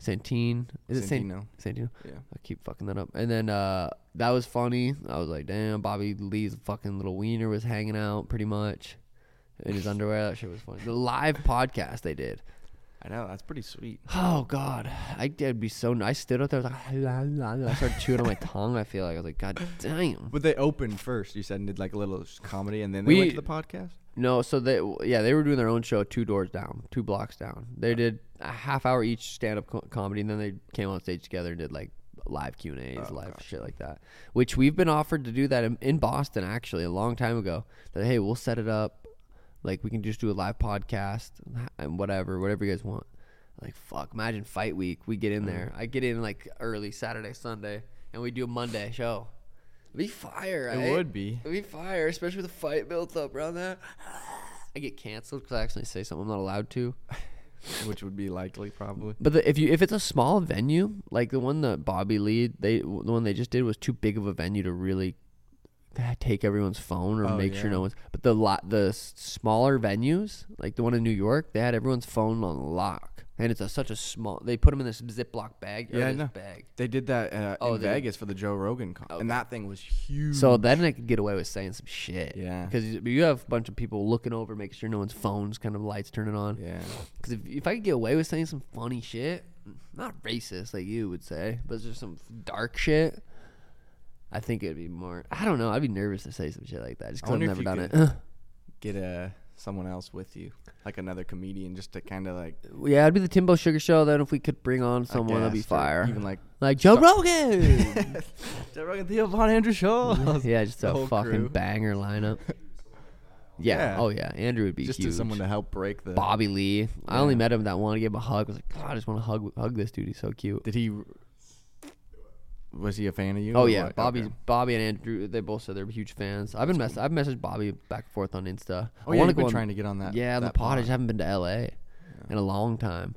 S1: Santine. Is
S2: Santino.
S1: it San- Santino?
S2: Yeah.
S1: I keep fucking that up. And then uh that was funny. I was like, damn, Bobby Lee's fucking little wiener was hanging out pretty much in his underwear. That shit was funny. The live podcast they did.
S2: I know that's pretty sweet.
S1: Oh God, I did be so. I stood up there. I was like, I started chewing on my tongue. I feel like I was like, God damn.
S2: But they opened first. You said and did like a little s- comedy, and then they
S1: We-
S2: went to the podcast.
S1: No, so they yeah they were doing their own show two doors down, two blocks down. They did a half hour each stand up co- comedy, and then they came on stage together and did like live Q and
S2: Oh,
S1: A's, live shit like that. Which we've been offered to do that in, in Boston actually a long time ago. That hey, we'll set it up, like we can just do a live podcast and whatever, whatever you guys want. Like fuck, imagine fight week. We
S2: Mm.
S1: get in there. I get in like early Saturday, Sunday, and we do a Monday show. It'd be fire. right?
S2: It would be.
S1: It'd be fire, especially with the fight built up around that. I get canceled because I actually say something I'm not allowed to.
S2: Which would be likely, probably.
S1: But the, if you if it's a small venue like the one that Bobby Lee they the one they just did was too big of a venue to really take everyone's phone or
S2: Oh,
S1: make sure
S2: yeah.
S1: no one's. But the lot the s- smaller venues like the one in New York they had everyone's phone on lock and it's a, such a small they put them in this Ziploc bag or
S2: Yeah, I
S1: this
S2: know.
S1: bag.
S2: They did that uh,
S1: Oh,
S2: in
S1: they did.
S2: Vegas for the Joe Rogan, con- and that thing was huge.
S1: So then they could get away with saying some shit.
S2: Mm-hmm. Yeah.
S1: Because you have a bunch of people looking over, making sure no one's phone's kind of lights turning on.
S2: yeah,
S1: Because if, if I could get away with saying some funny shit, not racist like you would say, but just some dark shit, I think it'd be more. I don't know. I'd be nervous to say some shit like that just
S2: I
S1: because I've
S2: wonder
S1: never
S2: if
S1: done
S2: you
S1: it.
S2: get a someone else with you, like another comedian, just to kind of like
S1: Yeah, it'd be the Timbo Sugar Show. Then if we could bring on
S2: I
S1: someone, that'd be
S2: guess, or
S1: fire.
S2: Even like
S1: like Joe
S2: so-
S1: Rogan.
S2: Joe Rogan, Theo Von Andrew Schultz.
S1: yeah, just
S2: The
S1: a
S2: whole
S1: fucking
S2: crew.
S1: banger lineup. Yeah.
S2: Yeah.
S1: Oh yeah, Andrew would be
S2: just
S1: huge.
S2: to someone to help break the.
S1: Bobby Lee. I only
S2: Yeah.
S1: met him that one. I gave him a hug. I was like, God, I just want to hug hug this dude. He's so cute.
S2: Did he? Was he a fan of you?
S1: Oh
S2: or
S1: yeah,
S2: what?
S1: Bobby,
S2: Okay.
S1: Bobby and Andrew. They both said they're huge fans. I've been mess- I've messaged Bobby back and forth on Insta.
S2: Oh
S1: I wanna
S2: yeah, you've
S1: go
S2: been
S1: on-
S2: trying to get on that.
S1: yeah, on the
S2: that
S1: pod. I
S2: pod.
S1: just haven't been to LA in a long time,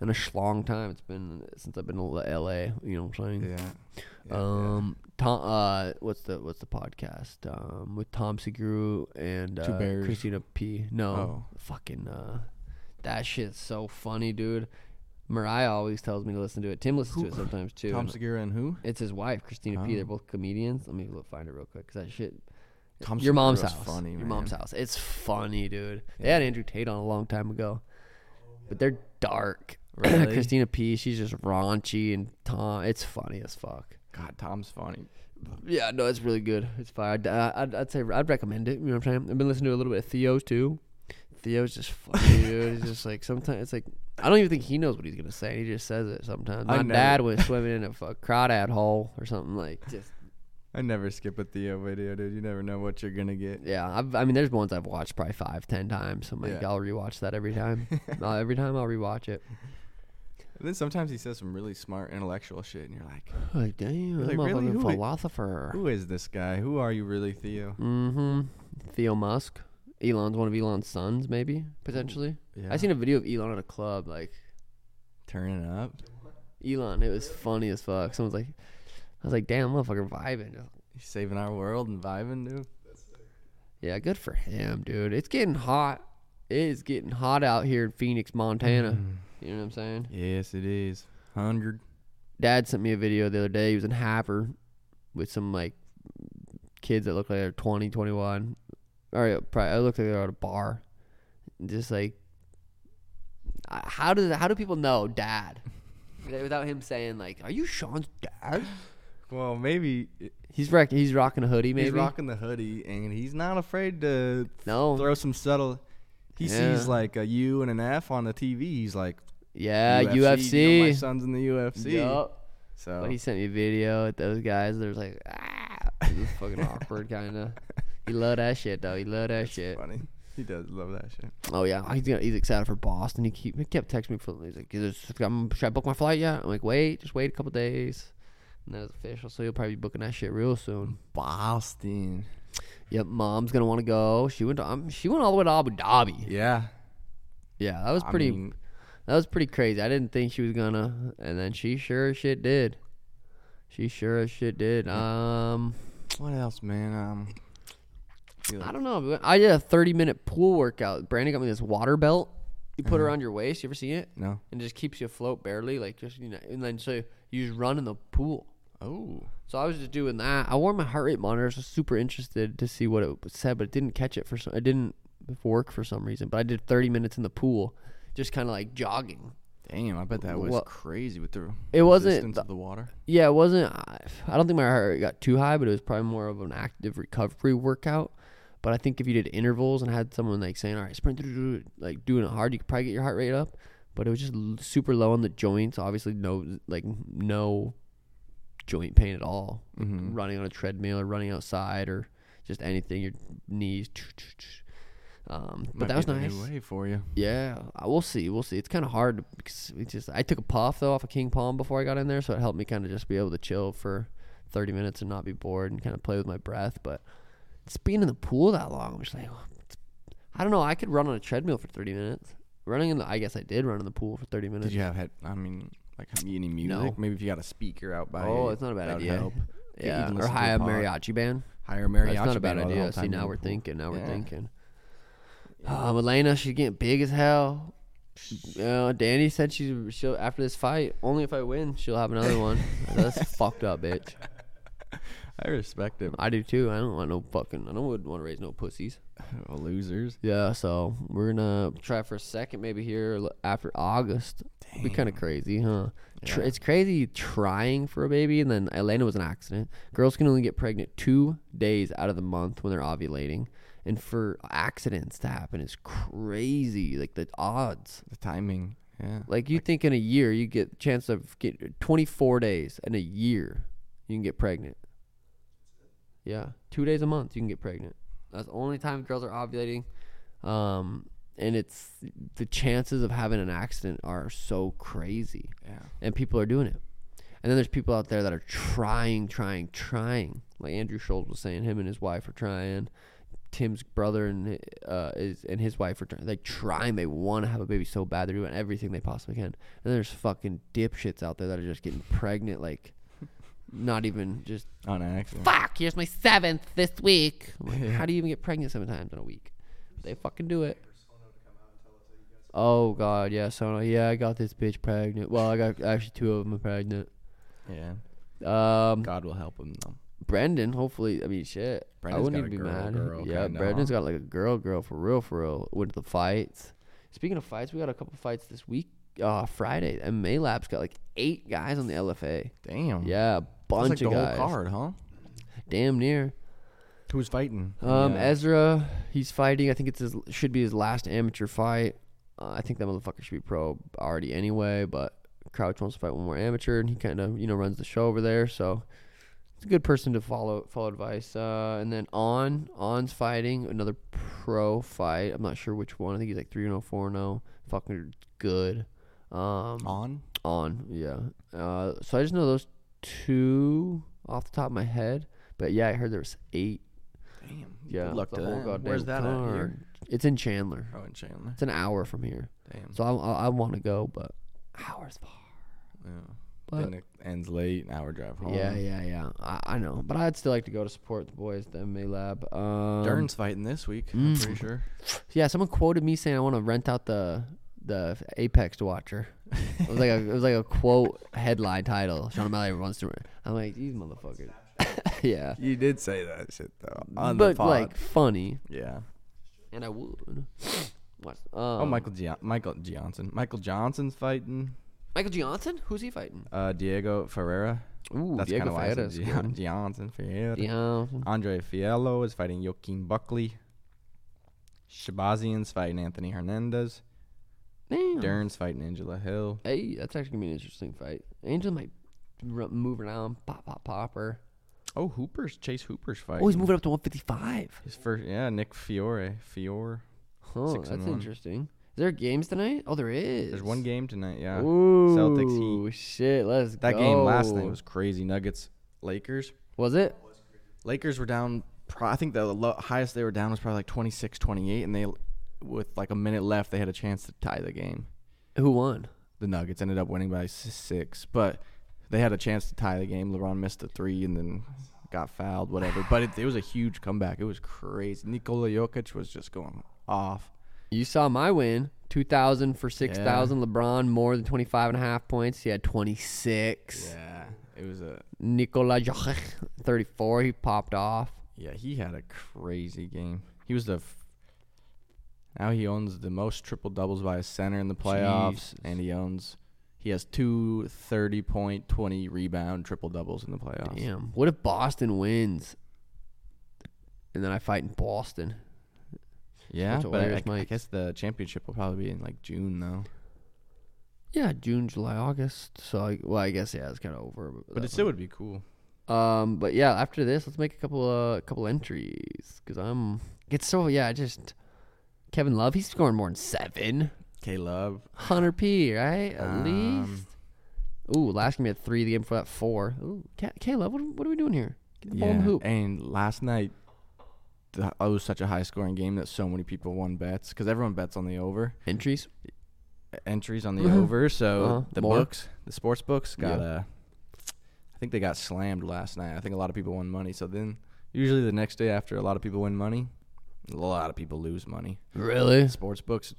S1: in a schlong time. It's been since I've been to LA. You know what I'm saying?
S2: Yeah. yeah,
S1: Um, Tom, uh, what's the what's the podcast? Um, with Tom Segura and uh,
S2: Bears.
S1: Christina P. No,
S2: Oh.
S1: fucking uh, that shit's so funny, dude. Mariah always tells me to listen to it. Tim listens to it sometimes too.
S2: yeah. Tom
S1: and
S2: Segura and who?
S1: it's his wife, Christina P.
S2: Oh.
S1: They're both comedians. Let me look, find it real quick because that shit.
S2: Tom
S1: your mom's
S2: Segura's
S1: house.
S2: funny,
S1: your
S2: man.
S1: mom's house. It's funny, dude. They had Andrew Tate on a long time ago, but they're dark.
S2: Really?
S1: Christina P. She's just raunchy and Tom. It's funny as fuck.
S2: God, Tom's funny.
S1: Yeah, no, it's really good. It's fire. I'd, uh, I'd, I'd say I'd recommend it. You know what I'm saying? I've been listening to a little bit of Theo's too. Theo's just funny, dude. He's just like sometimes it's like I don't even think he knows what he's gonna say. He just says it sometimes. My
S2: I never-
S1: dad went swimming in a fuck crawdad hole or something like. Just
S2: I never skip a Theo video, dude. You never know what you're gonna get.
S1: yeah, I've, I mean, there's ones I've watched probably five, ten times. I'm like,
S2: Yeah.
S1: I'll rewatch that every time. uh, every time I'll rewatch it.
S2: And then sometimes he says some really smart intellectual shit, and you're like,
S1: Like, damn,
S2: You're
S1: that
S2: like, really?
S1: motherfucking
S2: Who i-
S1: philosopher.
S2: "Who is this guy? Who are you really, Theo?"
S1: Mm-hmm. Theo Musk, Elon's one of Elon's sons, maybe potentially.
S2: Yeah.
S1: I seen a video of Elon at a club, like
S2: turning up.
S1: Elon. It was funny as fuck. Someone's like, I was like, damn, motherfucker, vibing.
S2: He's saving our world and vibing, dude.
S1: Yeah, good for him, dude. It's getting hot. It is getting hot out here in Phoenix, Montana. You know what I'm saying?
S2: Yes, it is. Hundred.
S1: Dad sent me a video the other day. He was in Happer with some like kids that look like they're 20, 21. Or uh, probably, I looked like they're at a bar. Just like, uh, how does how do people know dad? Without him saying like, "Are you Sean's dad?"
S2: Well, maybe
S1: He's rec- he's rocking a hoodie, maybe.
S2: he's rocking the hoodie, and he's not afraid to
S1: no.
S2: throw some subtle. He
S1: Yeah.
S2: sees like a U and an F on the TV. He's like,
S1: yeah,
S2: UFC. you know, my
S1: UFC.
S2: son's in the UFC.
S1: Yup.
S2: So
S1: But he sent me a video with those guys. There's like, ah, it was fucking awkward, kind of. He loved that shit though. He loved that shit.
S2: funny. He does love that shit.
S1: Oh yeah, he's gonna, he's excited for Boston. He keep he kept texting me for he's like, "Is this- I'm, should I book my flight yet? I'm like, wait, just wait a couple days. And then it's official, so he'll probably be booking that shit real soon.
S2: Boston.
S1: Yep, mom's gonna want to go. She went to um, she went all the way to Abu Dhabi.
S2: Yeah.
S1: Yeah, that was
S2: I
S1: pretty.
S2: mean,
S1: That was pretty crazy. I didn't think she was gonna, and then she sure as shit did. She sure as shit did. Um,
S2: what else, man? Um,
S1: I don't know. I did a thirty-minute pool workout. Brandon got me this water belt. You put
S2: Uh-huh.
S1: around your waist. You ever seen it?
S2: no.
S1: And it just keeps you afloat barely, like just you know. And then so you just run in the pool.
S2: Oh.
S1: So I was just doing that. I wore my heart rate monitor. So super interested to see what it said, but it didn't catch it for some. It didn't work for some reason. But I did thirty minutes in the pool, just kind of like jogging.
S2: Damn, I bet that was
S1: Well-
S2: crazy with the
S1: It wasn't
S2: resistance of the water.
S1: Yeah, it wasn't. I I don't think my heart rate got too high, but it was probably more of an active recovery workout. But I think if you did intervals and had someone like saying, "All right, sprint," like doing it hard, you could probably get your heart rate up. But it was just l- super low on the joints. Obviously, no like no joint pain at all. Like,
S2: Mm-hmm.
S1: Running on a treadmill or running outside or just anything, your knees. Um, but
S2: Might
S1: that was
S2: be the
S1: nice.
S2: New way for you.
S1: Yeah, I- we'll see. We'll see. It's kind of hard to- because we just I took a puff though off a King Palm before I got in there, so it helped me kind of just be able to chill for 30 minutes and not be bored and kind of play with my breath. But just being in the pool that long, I'm just like, I don't know. I could run on a treadmill for 30 minutes. Running in the, I guess I did run in the pool for 30 minutes.
S2: Did you have head? I mean, like any music?
S1: No.
S2: Maybe if you got a speaker out by.
S1: oh,
S2: you,
S1: it's not a bad
S2: that would
S1: idea.
S2: help. You
S1: Yeah,
S2: can
S1: or
S2: listen to
S1: high
S2: a
S1: a
S2: pod.
S1: mariachi band.
S2: Hire Mary.
S1: That's not a bad idea. See, now we're thinking. Now we're
S2: Yeah.
S1: thinking. Um, Elena, she's getting big as hell. Uh, Danny said she's she'll after this fight. Only if I win, she'll have another one. That's fucked up, bitch.
S2: I respect him.
S1: I do too. I don't want no fucking. I don't wouldn't want to raise no pussies.
S2: Oh, Losers.
S1: Yeah, so we're gonna try for a second maybe here l- after August. Be kind of crazy, huh? Tr- it's crazy trying for a baby, and then Atlanta was an accident. Girls can only get pregnant two days out of the month when they're ovulating, and for accidents to happen is crazy. Like the odds.
S2: The timing. Yeah.
S1: Like you think in a year you get chance of get 24 days in a year you can get pregnant. Yeah, two days a month you can get pregnant. That's the only time girls are ovulating, um, and it's the chances of having an accident are so crazy,
S2: Yeah.
S1: and people are doing it. And then there's people out there that are trying, trying, trying. Like Andrew Schultz was saying, him and his wife are trying. Tim's brother and uh, is and his wife are trying. They trying. They want to have a baby so bad. They're doing everything they possibly can. And then there's fucking dipshits out there that are just getting pregnant, like not even just
S2: On an accident.
S1: fuck. Here's my seventh this week. I'm like, How do you even get pregnant seven times in a week? They fucking do it. Oh god, yeah. So yeah, I got this bitch pregnant. Well, I got actually two of them are pregnant.
S2: Yeah.
S1: Um,
S2: God will help him though.
S1: Brendan, hopefully, I mean, shit. I
S2: Brendan's
S1: wouldn't
S2: got
S1: even be
S2: a girl,
S1: mad.
S2: girl
S1: yeah,
S2: kinda,
S1: Brendan's
S2: huh?
S1: got like a girl, girl for real, for real. Went to the fights. Speaking of fights, we got a couple fights this week, uh, Friday. And Maylab's got like eight guys on the LFA.
S2: Damn.
S1: Yeah, a
S2: That's
S1: bunch
S2: Oh. like
S1: of
S2: the
S1: guys.
S2: whole card, huh?
S1: Damn near.
S2: Who's fighting?
S1: Um,
S2: Yeah.
S1: Ezra, he's fighting. I think it's his should be his last amateur fight. Uh, I think that motherfucker should be pro already anyway. But Crouch wants to fight one more amateur, and he kind of you know runs the show over there. So it's a good person to follow follow advice. Uh, and then on on's fighting another pro fight. I'm not sure which one. I think he's like three and oh, four zero. Fucking good. Um,
S2: on.
S1: on, yeah. Uh, so I just know those two off the top of my head. But yeah, I heard there was eight
S2: Damn.
S1: yeah.
S2: Good luck
S1: the
S2: to
S1: whole
S2: them.
S1: goddamn
S2: Where's that at?
S1: car.
S2: Here?
S1: It's in Chandler.
S2: Oh, in Chandler.
S1: It's an hour from here.
S2: Damn.
S1: So I, I, I want to go, but hours far.
S2: Yeah.
S1: But-
S2: then it ends late. An hour drive home.
S1: Yeah, yeah, yeah. I, I know, but I'd still like to go to support the boys, at the MMA lab. Um,
S2: Dern's fighting this week. I'm
S1: Mm.
S2: pretty sure.
S1: Yeah, someone quoted me saying I want to rent out the the Apex Watcher. It was like a it was like a quote headline title. Sean O'Malley wants to. rent. I'm like these motherfuckers. yeah,
S2: You did say that shit though. On the
S1: but
S2: pod.
S1: like funny,
S2: yeah.
S1: and I would. What? Um,
S2: oh, Michael Gian- Michael Johnson. Michael Johnson's fighting
S1: Michael Johnson? Who's he fighting?
S2: uh, Diego Ferreira.
S1: Ooh,
S2: That's
S1: Diego
S2: kind of why I said
S1: Ferreira's
S2: Gian-
S1: good.
S2: Johnson Ferreira.
S1: Johnson.
S2: Andre Fiello is fighting Joaquin Buckley. Shabazian's fighting Anthony Hernandez.
S1: Damn.
S2: Dern's fighting Angela Hill.
S1: Hey, that's actually gonna be an interesting fight. Angel might r- move around, pop, pop, popper.
S2: Oh, Hooper's Chase Hooper's fight.
S1: Oh, he's moving up to 155.
S2: His first, yeah, Nick Fiore. Fiore.
S1: Oh,
S2: Six and
S1: that's
S2: one.
S1: interesting. Is there games tonight? Oh, there is.
S2: There's one game tonight. Yeah,
S1: Ooh,
S2: Celtics Heat.
S1: shit. Let's
S2: That
S1: go.
S2: game last night was crazy. Nuggets, Lakers.
S1: Was it?
S2: Lakers were down. Pro- I think the lo- highest they were down was probably like 26, 28, and they, with like a minute left, they had a chance to tie the game.
S1: Who won?
S2: the Nuggets ended up winning by s- six, but they had a chance to tie the game. LeBron missed a three and then got fouled, whatever. But it, it was a huge comeback. It was crazy. Nikola Jokic was just going off.
S1: You saw my win. 2,000 for 6,000. LeBron more than 25 and a half points. He had 26.
S2: Yeah, it was a
S1: Nikola Jokic, 34. He popped off.
S2: yeah. He had a crazy game. He was the f- now he owns the most triple doubles by a center in the playoffs,
S1: Jesus.
S2: and he owns. He has two 30 point, 20 rebound triple doubles in the playoffs.
S1: Damn. What if Boston wins? And then I fight in Boston.
S2: Yeah,
S1: Bunch of
S2: but I,
S1: Warriors
S2: I, I
S1: mics.
S2: guess the championship will probably be in like June, though.
S1: Yeah, June, July, August. So, I, well, I guess yeah, it's kind of over.
S2: But it still would be cool.
S1: um, but yeah, after this, let's make a couple, uh, couple entries because I'm. It's so yeah, I just Kevin Love. He's scoring more than seven
S2: K Love.
S1: hundred p right at
S2: Um,
S1: least. Ooh, last game he had three. The game before that four. Ooh, Ca- Caleb, what, what are we doing here? Get the ball in the hoop.
S2: And last night, th- it was such a high scoring game that so many people won bets because everyone bets on the over
S1: Entries.
S2: entries on the
S1: Mhm.
S2: over. So
S1: Uh-huh.
S2: the
S1: More.
S2: books, the sports books got
S1: Yeah.
S2: uh, I think they got slammed last night. I think a lot of people won money. So then usually the next day after a lot of people win money, a lot of people lose money.
S1: Really?
S2: Sports books,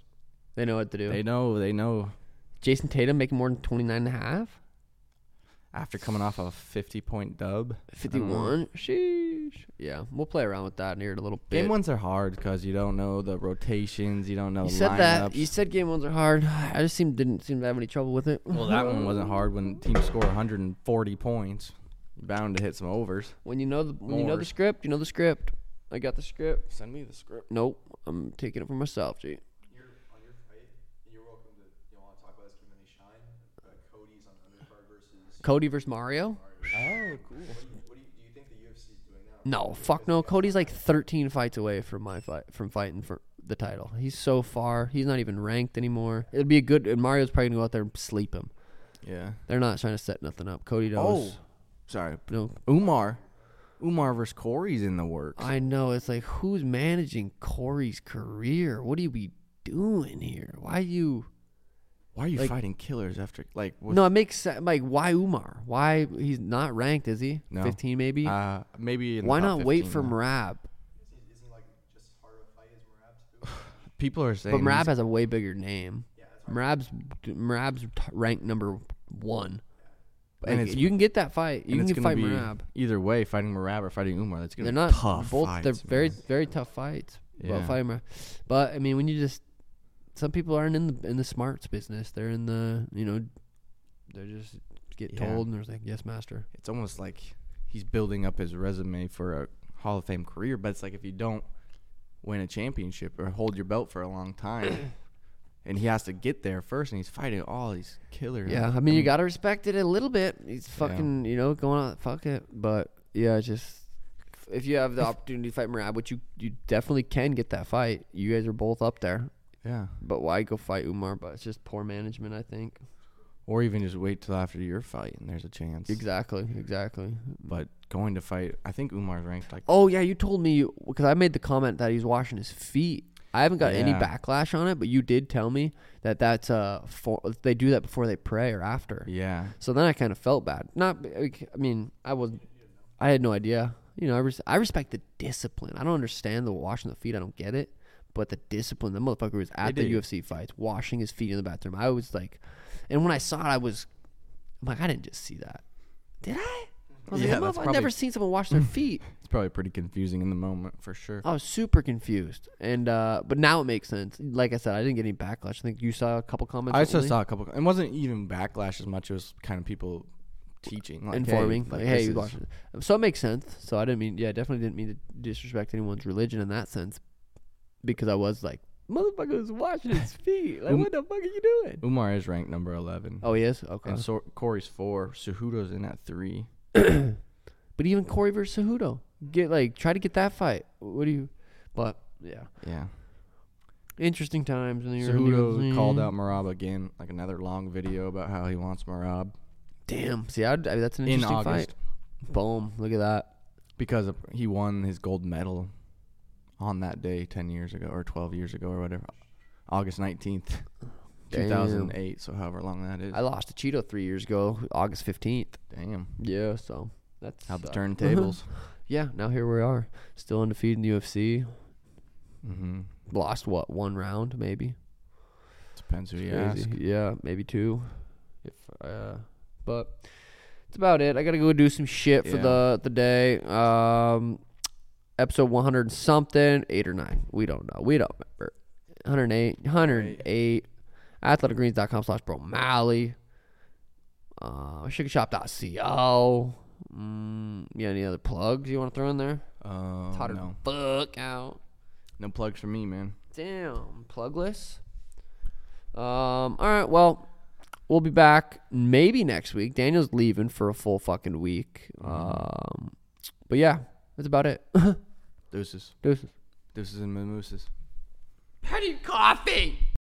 S1: They know what to do.
S2: they know, they know.
S1: Jason Tatum making more than 29 and a half.
S2: After coming off a fifty point dub, I don't
S1: 51.
S2: know.
S1: Mm-hmm. Sheesh. Yeah, we'll play around with that here in a little bit.
S2: Game ones are hard because you don't know the rotations, you don't know
S1: You
S2: the
S1: said
S2: lineups.
S1: that. You said game ones are hard. I just seem didn't seem to have any trouble with it.
S2: Well, that one wasn't hard when teams score 140 points. You're bound to hit some overs.
S1: When you know the when you know the
S2: Mores.
S1: script, you know the script. I got the script.
S2: Send me the script.
S1: Nope, I'm taking it for myself, G.
S3: You're on your fight. You're welcome to. You want to talk about this game when they shine? But Cody's on the undercard versus.
S1: Cody versus Mario?
S2: Oh,
S3: What do
S2: cool.
S3: you, what do you, do you think the UFC is doing now?
S1: No, fuck no. Cody's like 13 fights away from my fight from fighting for the title. He's so far. He's not even ranked anymore. It'd be a good. And Mario's probably gonna go out there and sleep him.
S2: Yeah.
S1: They're not trying to set nothing up. Cody
S2: Oh,
S1: knows.
S2: sorry.
S1: No,
S2: Umar, Umar versus Corey's in the works.
S1: I know. It's like who's managing Corey's career? What do you be doing here? Why you?
S2: Why are you
S1: Like-
S2: fighting killers after like? What,
S1: No, it makes sense. Like why Umar? Why he's not ranked? Is he
S2: No.
S1: 15 maybe?
S2: uh, maybe. In the
S1: why
S2: top
S1: not wait
S2: 15,
S1: for
S2: though.
S1: Marab?
S3: Isn't, isn't like just hard to fight as Marab's too?
S2: People are
S1: But
S2: saying.
S1: Marab
S2: he's-
S1: has a way bigger name. Marab's Marab's t- ranked number one.
S2: And
S1: Like,
S2: it's-
S1: you can get that fight. You
S2: and
S1: can
S2: it's
S1: get
S2: gonna
S1: fight
S2: be
S1: Marab.
S2: Either way, fighting Marab or fighting Umar, that's gonna
S1: They're
S2: be
S1: not
S2: tough.
S1: both. they're
S2: fights,
S1: very
S2: man.
S1: very tough fights. About
S2: Yeah.
S1: fighting Marab. But I mean, when you just some people aren't in the in the smarts business. They're in the you know they're just get
S2: Yeah.
S1: told and they're like yes master.
S2: It's almost like he's building up his resume for a Hall of Fame career, but it's like if you don't win a championship or hold your belt for a long time, and he has to get there first, and he's fighting all these killers.
S1: Yeah, I mean
S2: Mm.
S1: you gotta respect it a little bit. He's fucking you know going out fuck it. But yeah, it's just if you have the opportunity to fight Marab, which you you definitely can get that fight. You guys are both up there.
S2: yeah.
S1: But why go fight Umar? But it's just poor management, I think.
S2: Or even just wait till after your fight, and there's a chance.
S1: Exactly, exactly.
S2: But going to fight, I think Umar's ranked like
S1: Oh yeah, you told me because I made the comment that he's washing his feet. I haven't got any
S2: Yeah.
S1: backlash on it, but you did tell me that that's uh for, they do that before they pray or after.
S2: yeah.
S1: So then I kind of felt bad. Not, like, I mean, I was, I had no idea. You know, I, res- I respect the discipline. I don't understand the washing the feet. I don't get it. But the discipline, the motherfucker was at
S2: They
S1: the
S2: do.
S1: UFC fights, washing his feet in the bathroom. I was like, and when I saw it, I was, I'm like, I didn't just see that. Did I? I was
S2: Yeah,
S1: like,
S2: that's
S1: "Motherfucker, I've
S2: probably-
S1: never seen someone wash their feet.
S2: It's probably pretty confusing in the moment for sure.
S1: I was super confused, and uh but now it makes sense. Like I said, I didn't get any backlash. I think you saw a couple comments.
S2: I also
S1: only.
S2: saw a couple. It wasn't even backlash as much. It was kind of people teaching, like,
S1: informing.
S2: hey,
S1: like, hey,
S2: this
S1: you
S2: is-
S1: watch it. So it makes sense. So I didn't mean, yeah, I definitely didn't mean to disrespect anyone's religion in that sense, because I was like, motherfucker was washing his feet. Like,
S2: Um,
S1: what the fuck are you doing?
S2: Umar is ranked number eleven.
S1: Oh, he is okay.
S2: And so Corey's four. Cejudo's in at three.
S1: But even Corey versus Cejudo, get like try to get that fight. What do you? But yeah,
S2: Yeah.
S1: interesting times in the
S2: Cejudo
S1: UFC.
S2: called out Marab again, like another long video about how he wants Marab
S1: Damn. See, I'd, I- that's an
S2: in
S1: interesting
S2: August
S1: fight. Boom. Look at that.
S2: because of- he won his gold medal on that day ten years ago or twelve years ago or whatever, August nineteenth, two
S1: Damn.
S2: thousand eight. So however long that is.
S1: I lost to Cheeto three years ago, August fifteenth.
S2: Damn.
S1: Yeah, so that's
S2: How the
S1: uh,
S2: turntables.
S1: Yeah, now here we are, still undefeated in the UFC.
S2: mm-hmm.
S1: lost what one round maybe
S2: Depends who you
S1: Crazy.
S2: ask.
S1: yeah maybe two if uh but it's about it i gotta go do some shit for
S2: Yeah.
S1: the the day um episode 100 and something eight or nine we don't know we don't remember 108 108 athleticgreens.com slash bro mally uh sugarshop.co mm, you got any other plugs you want to throw in there
S2: Uh,
S1: it's hotter
S2: no,
S1: than fuck out
S2: no plugs for me, man.
S1: Damn, plugless. Um. All right. Well, we'll be back maybe next week. Daniel's leaving for a full fucking week. Um. But yeah, that's about it.
S2: Deuces,
S1: Deuces.
S2: deuces and mimosas.
S1: How do you coffee?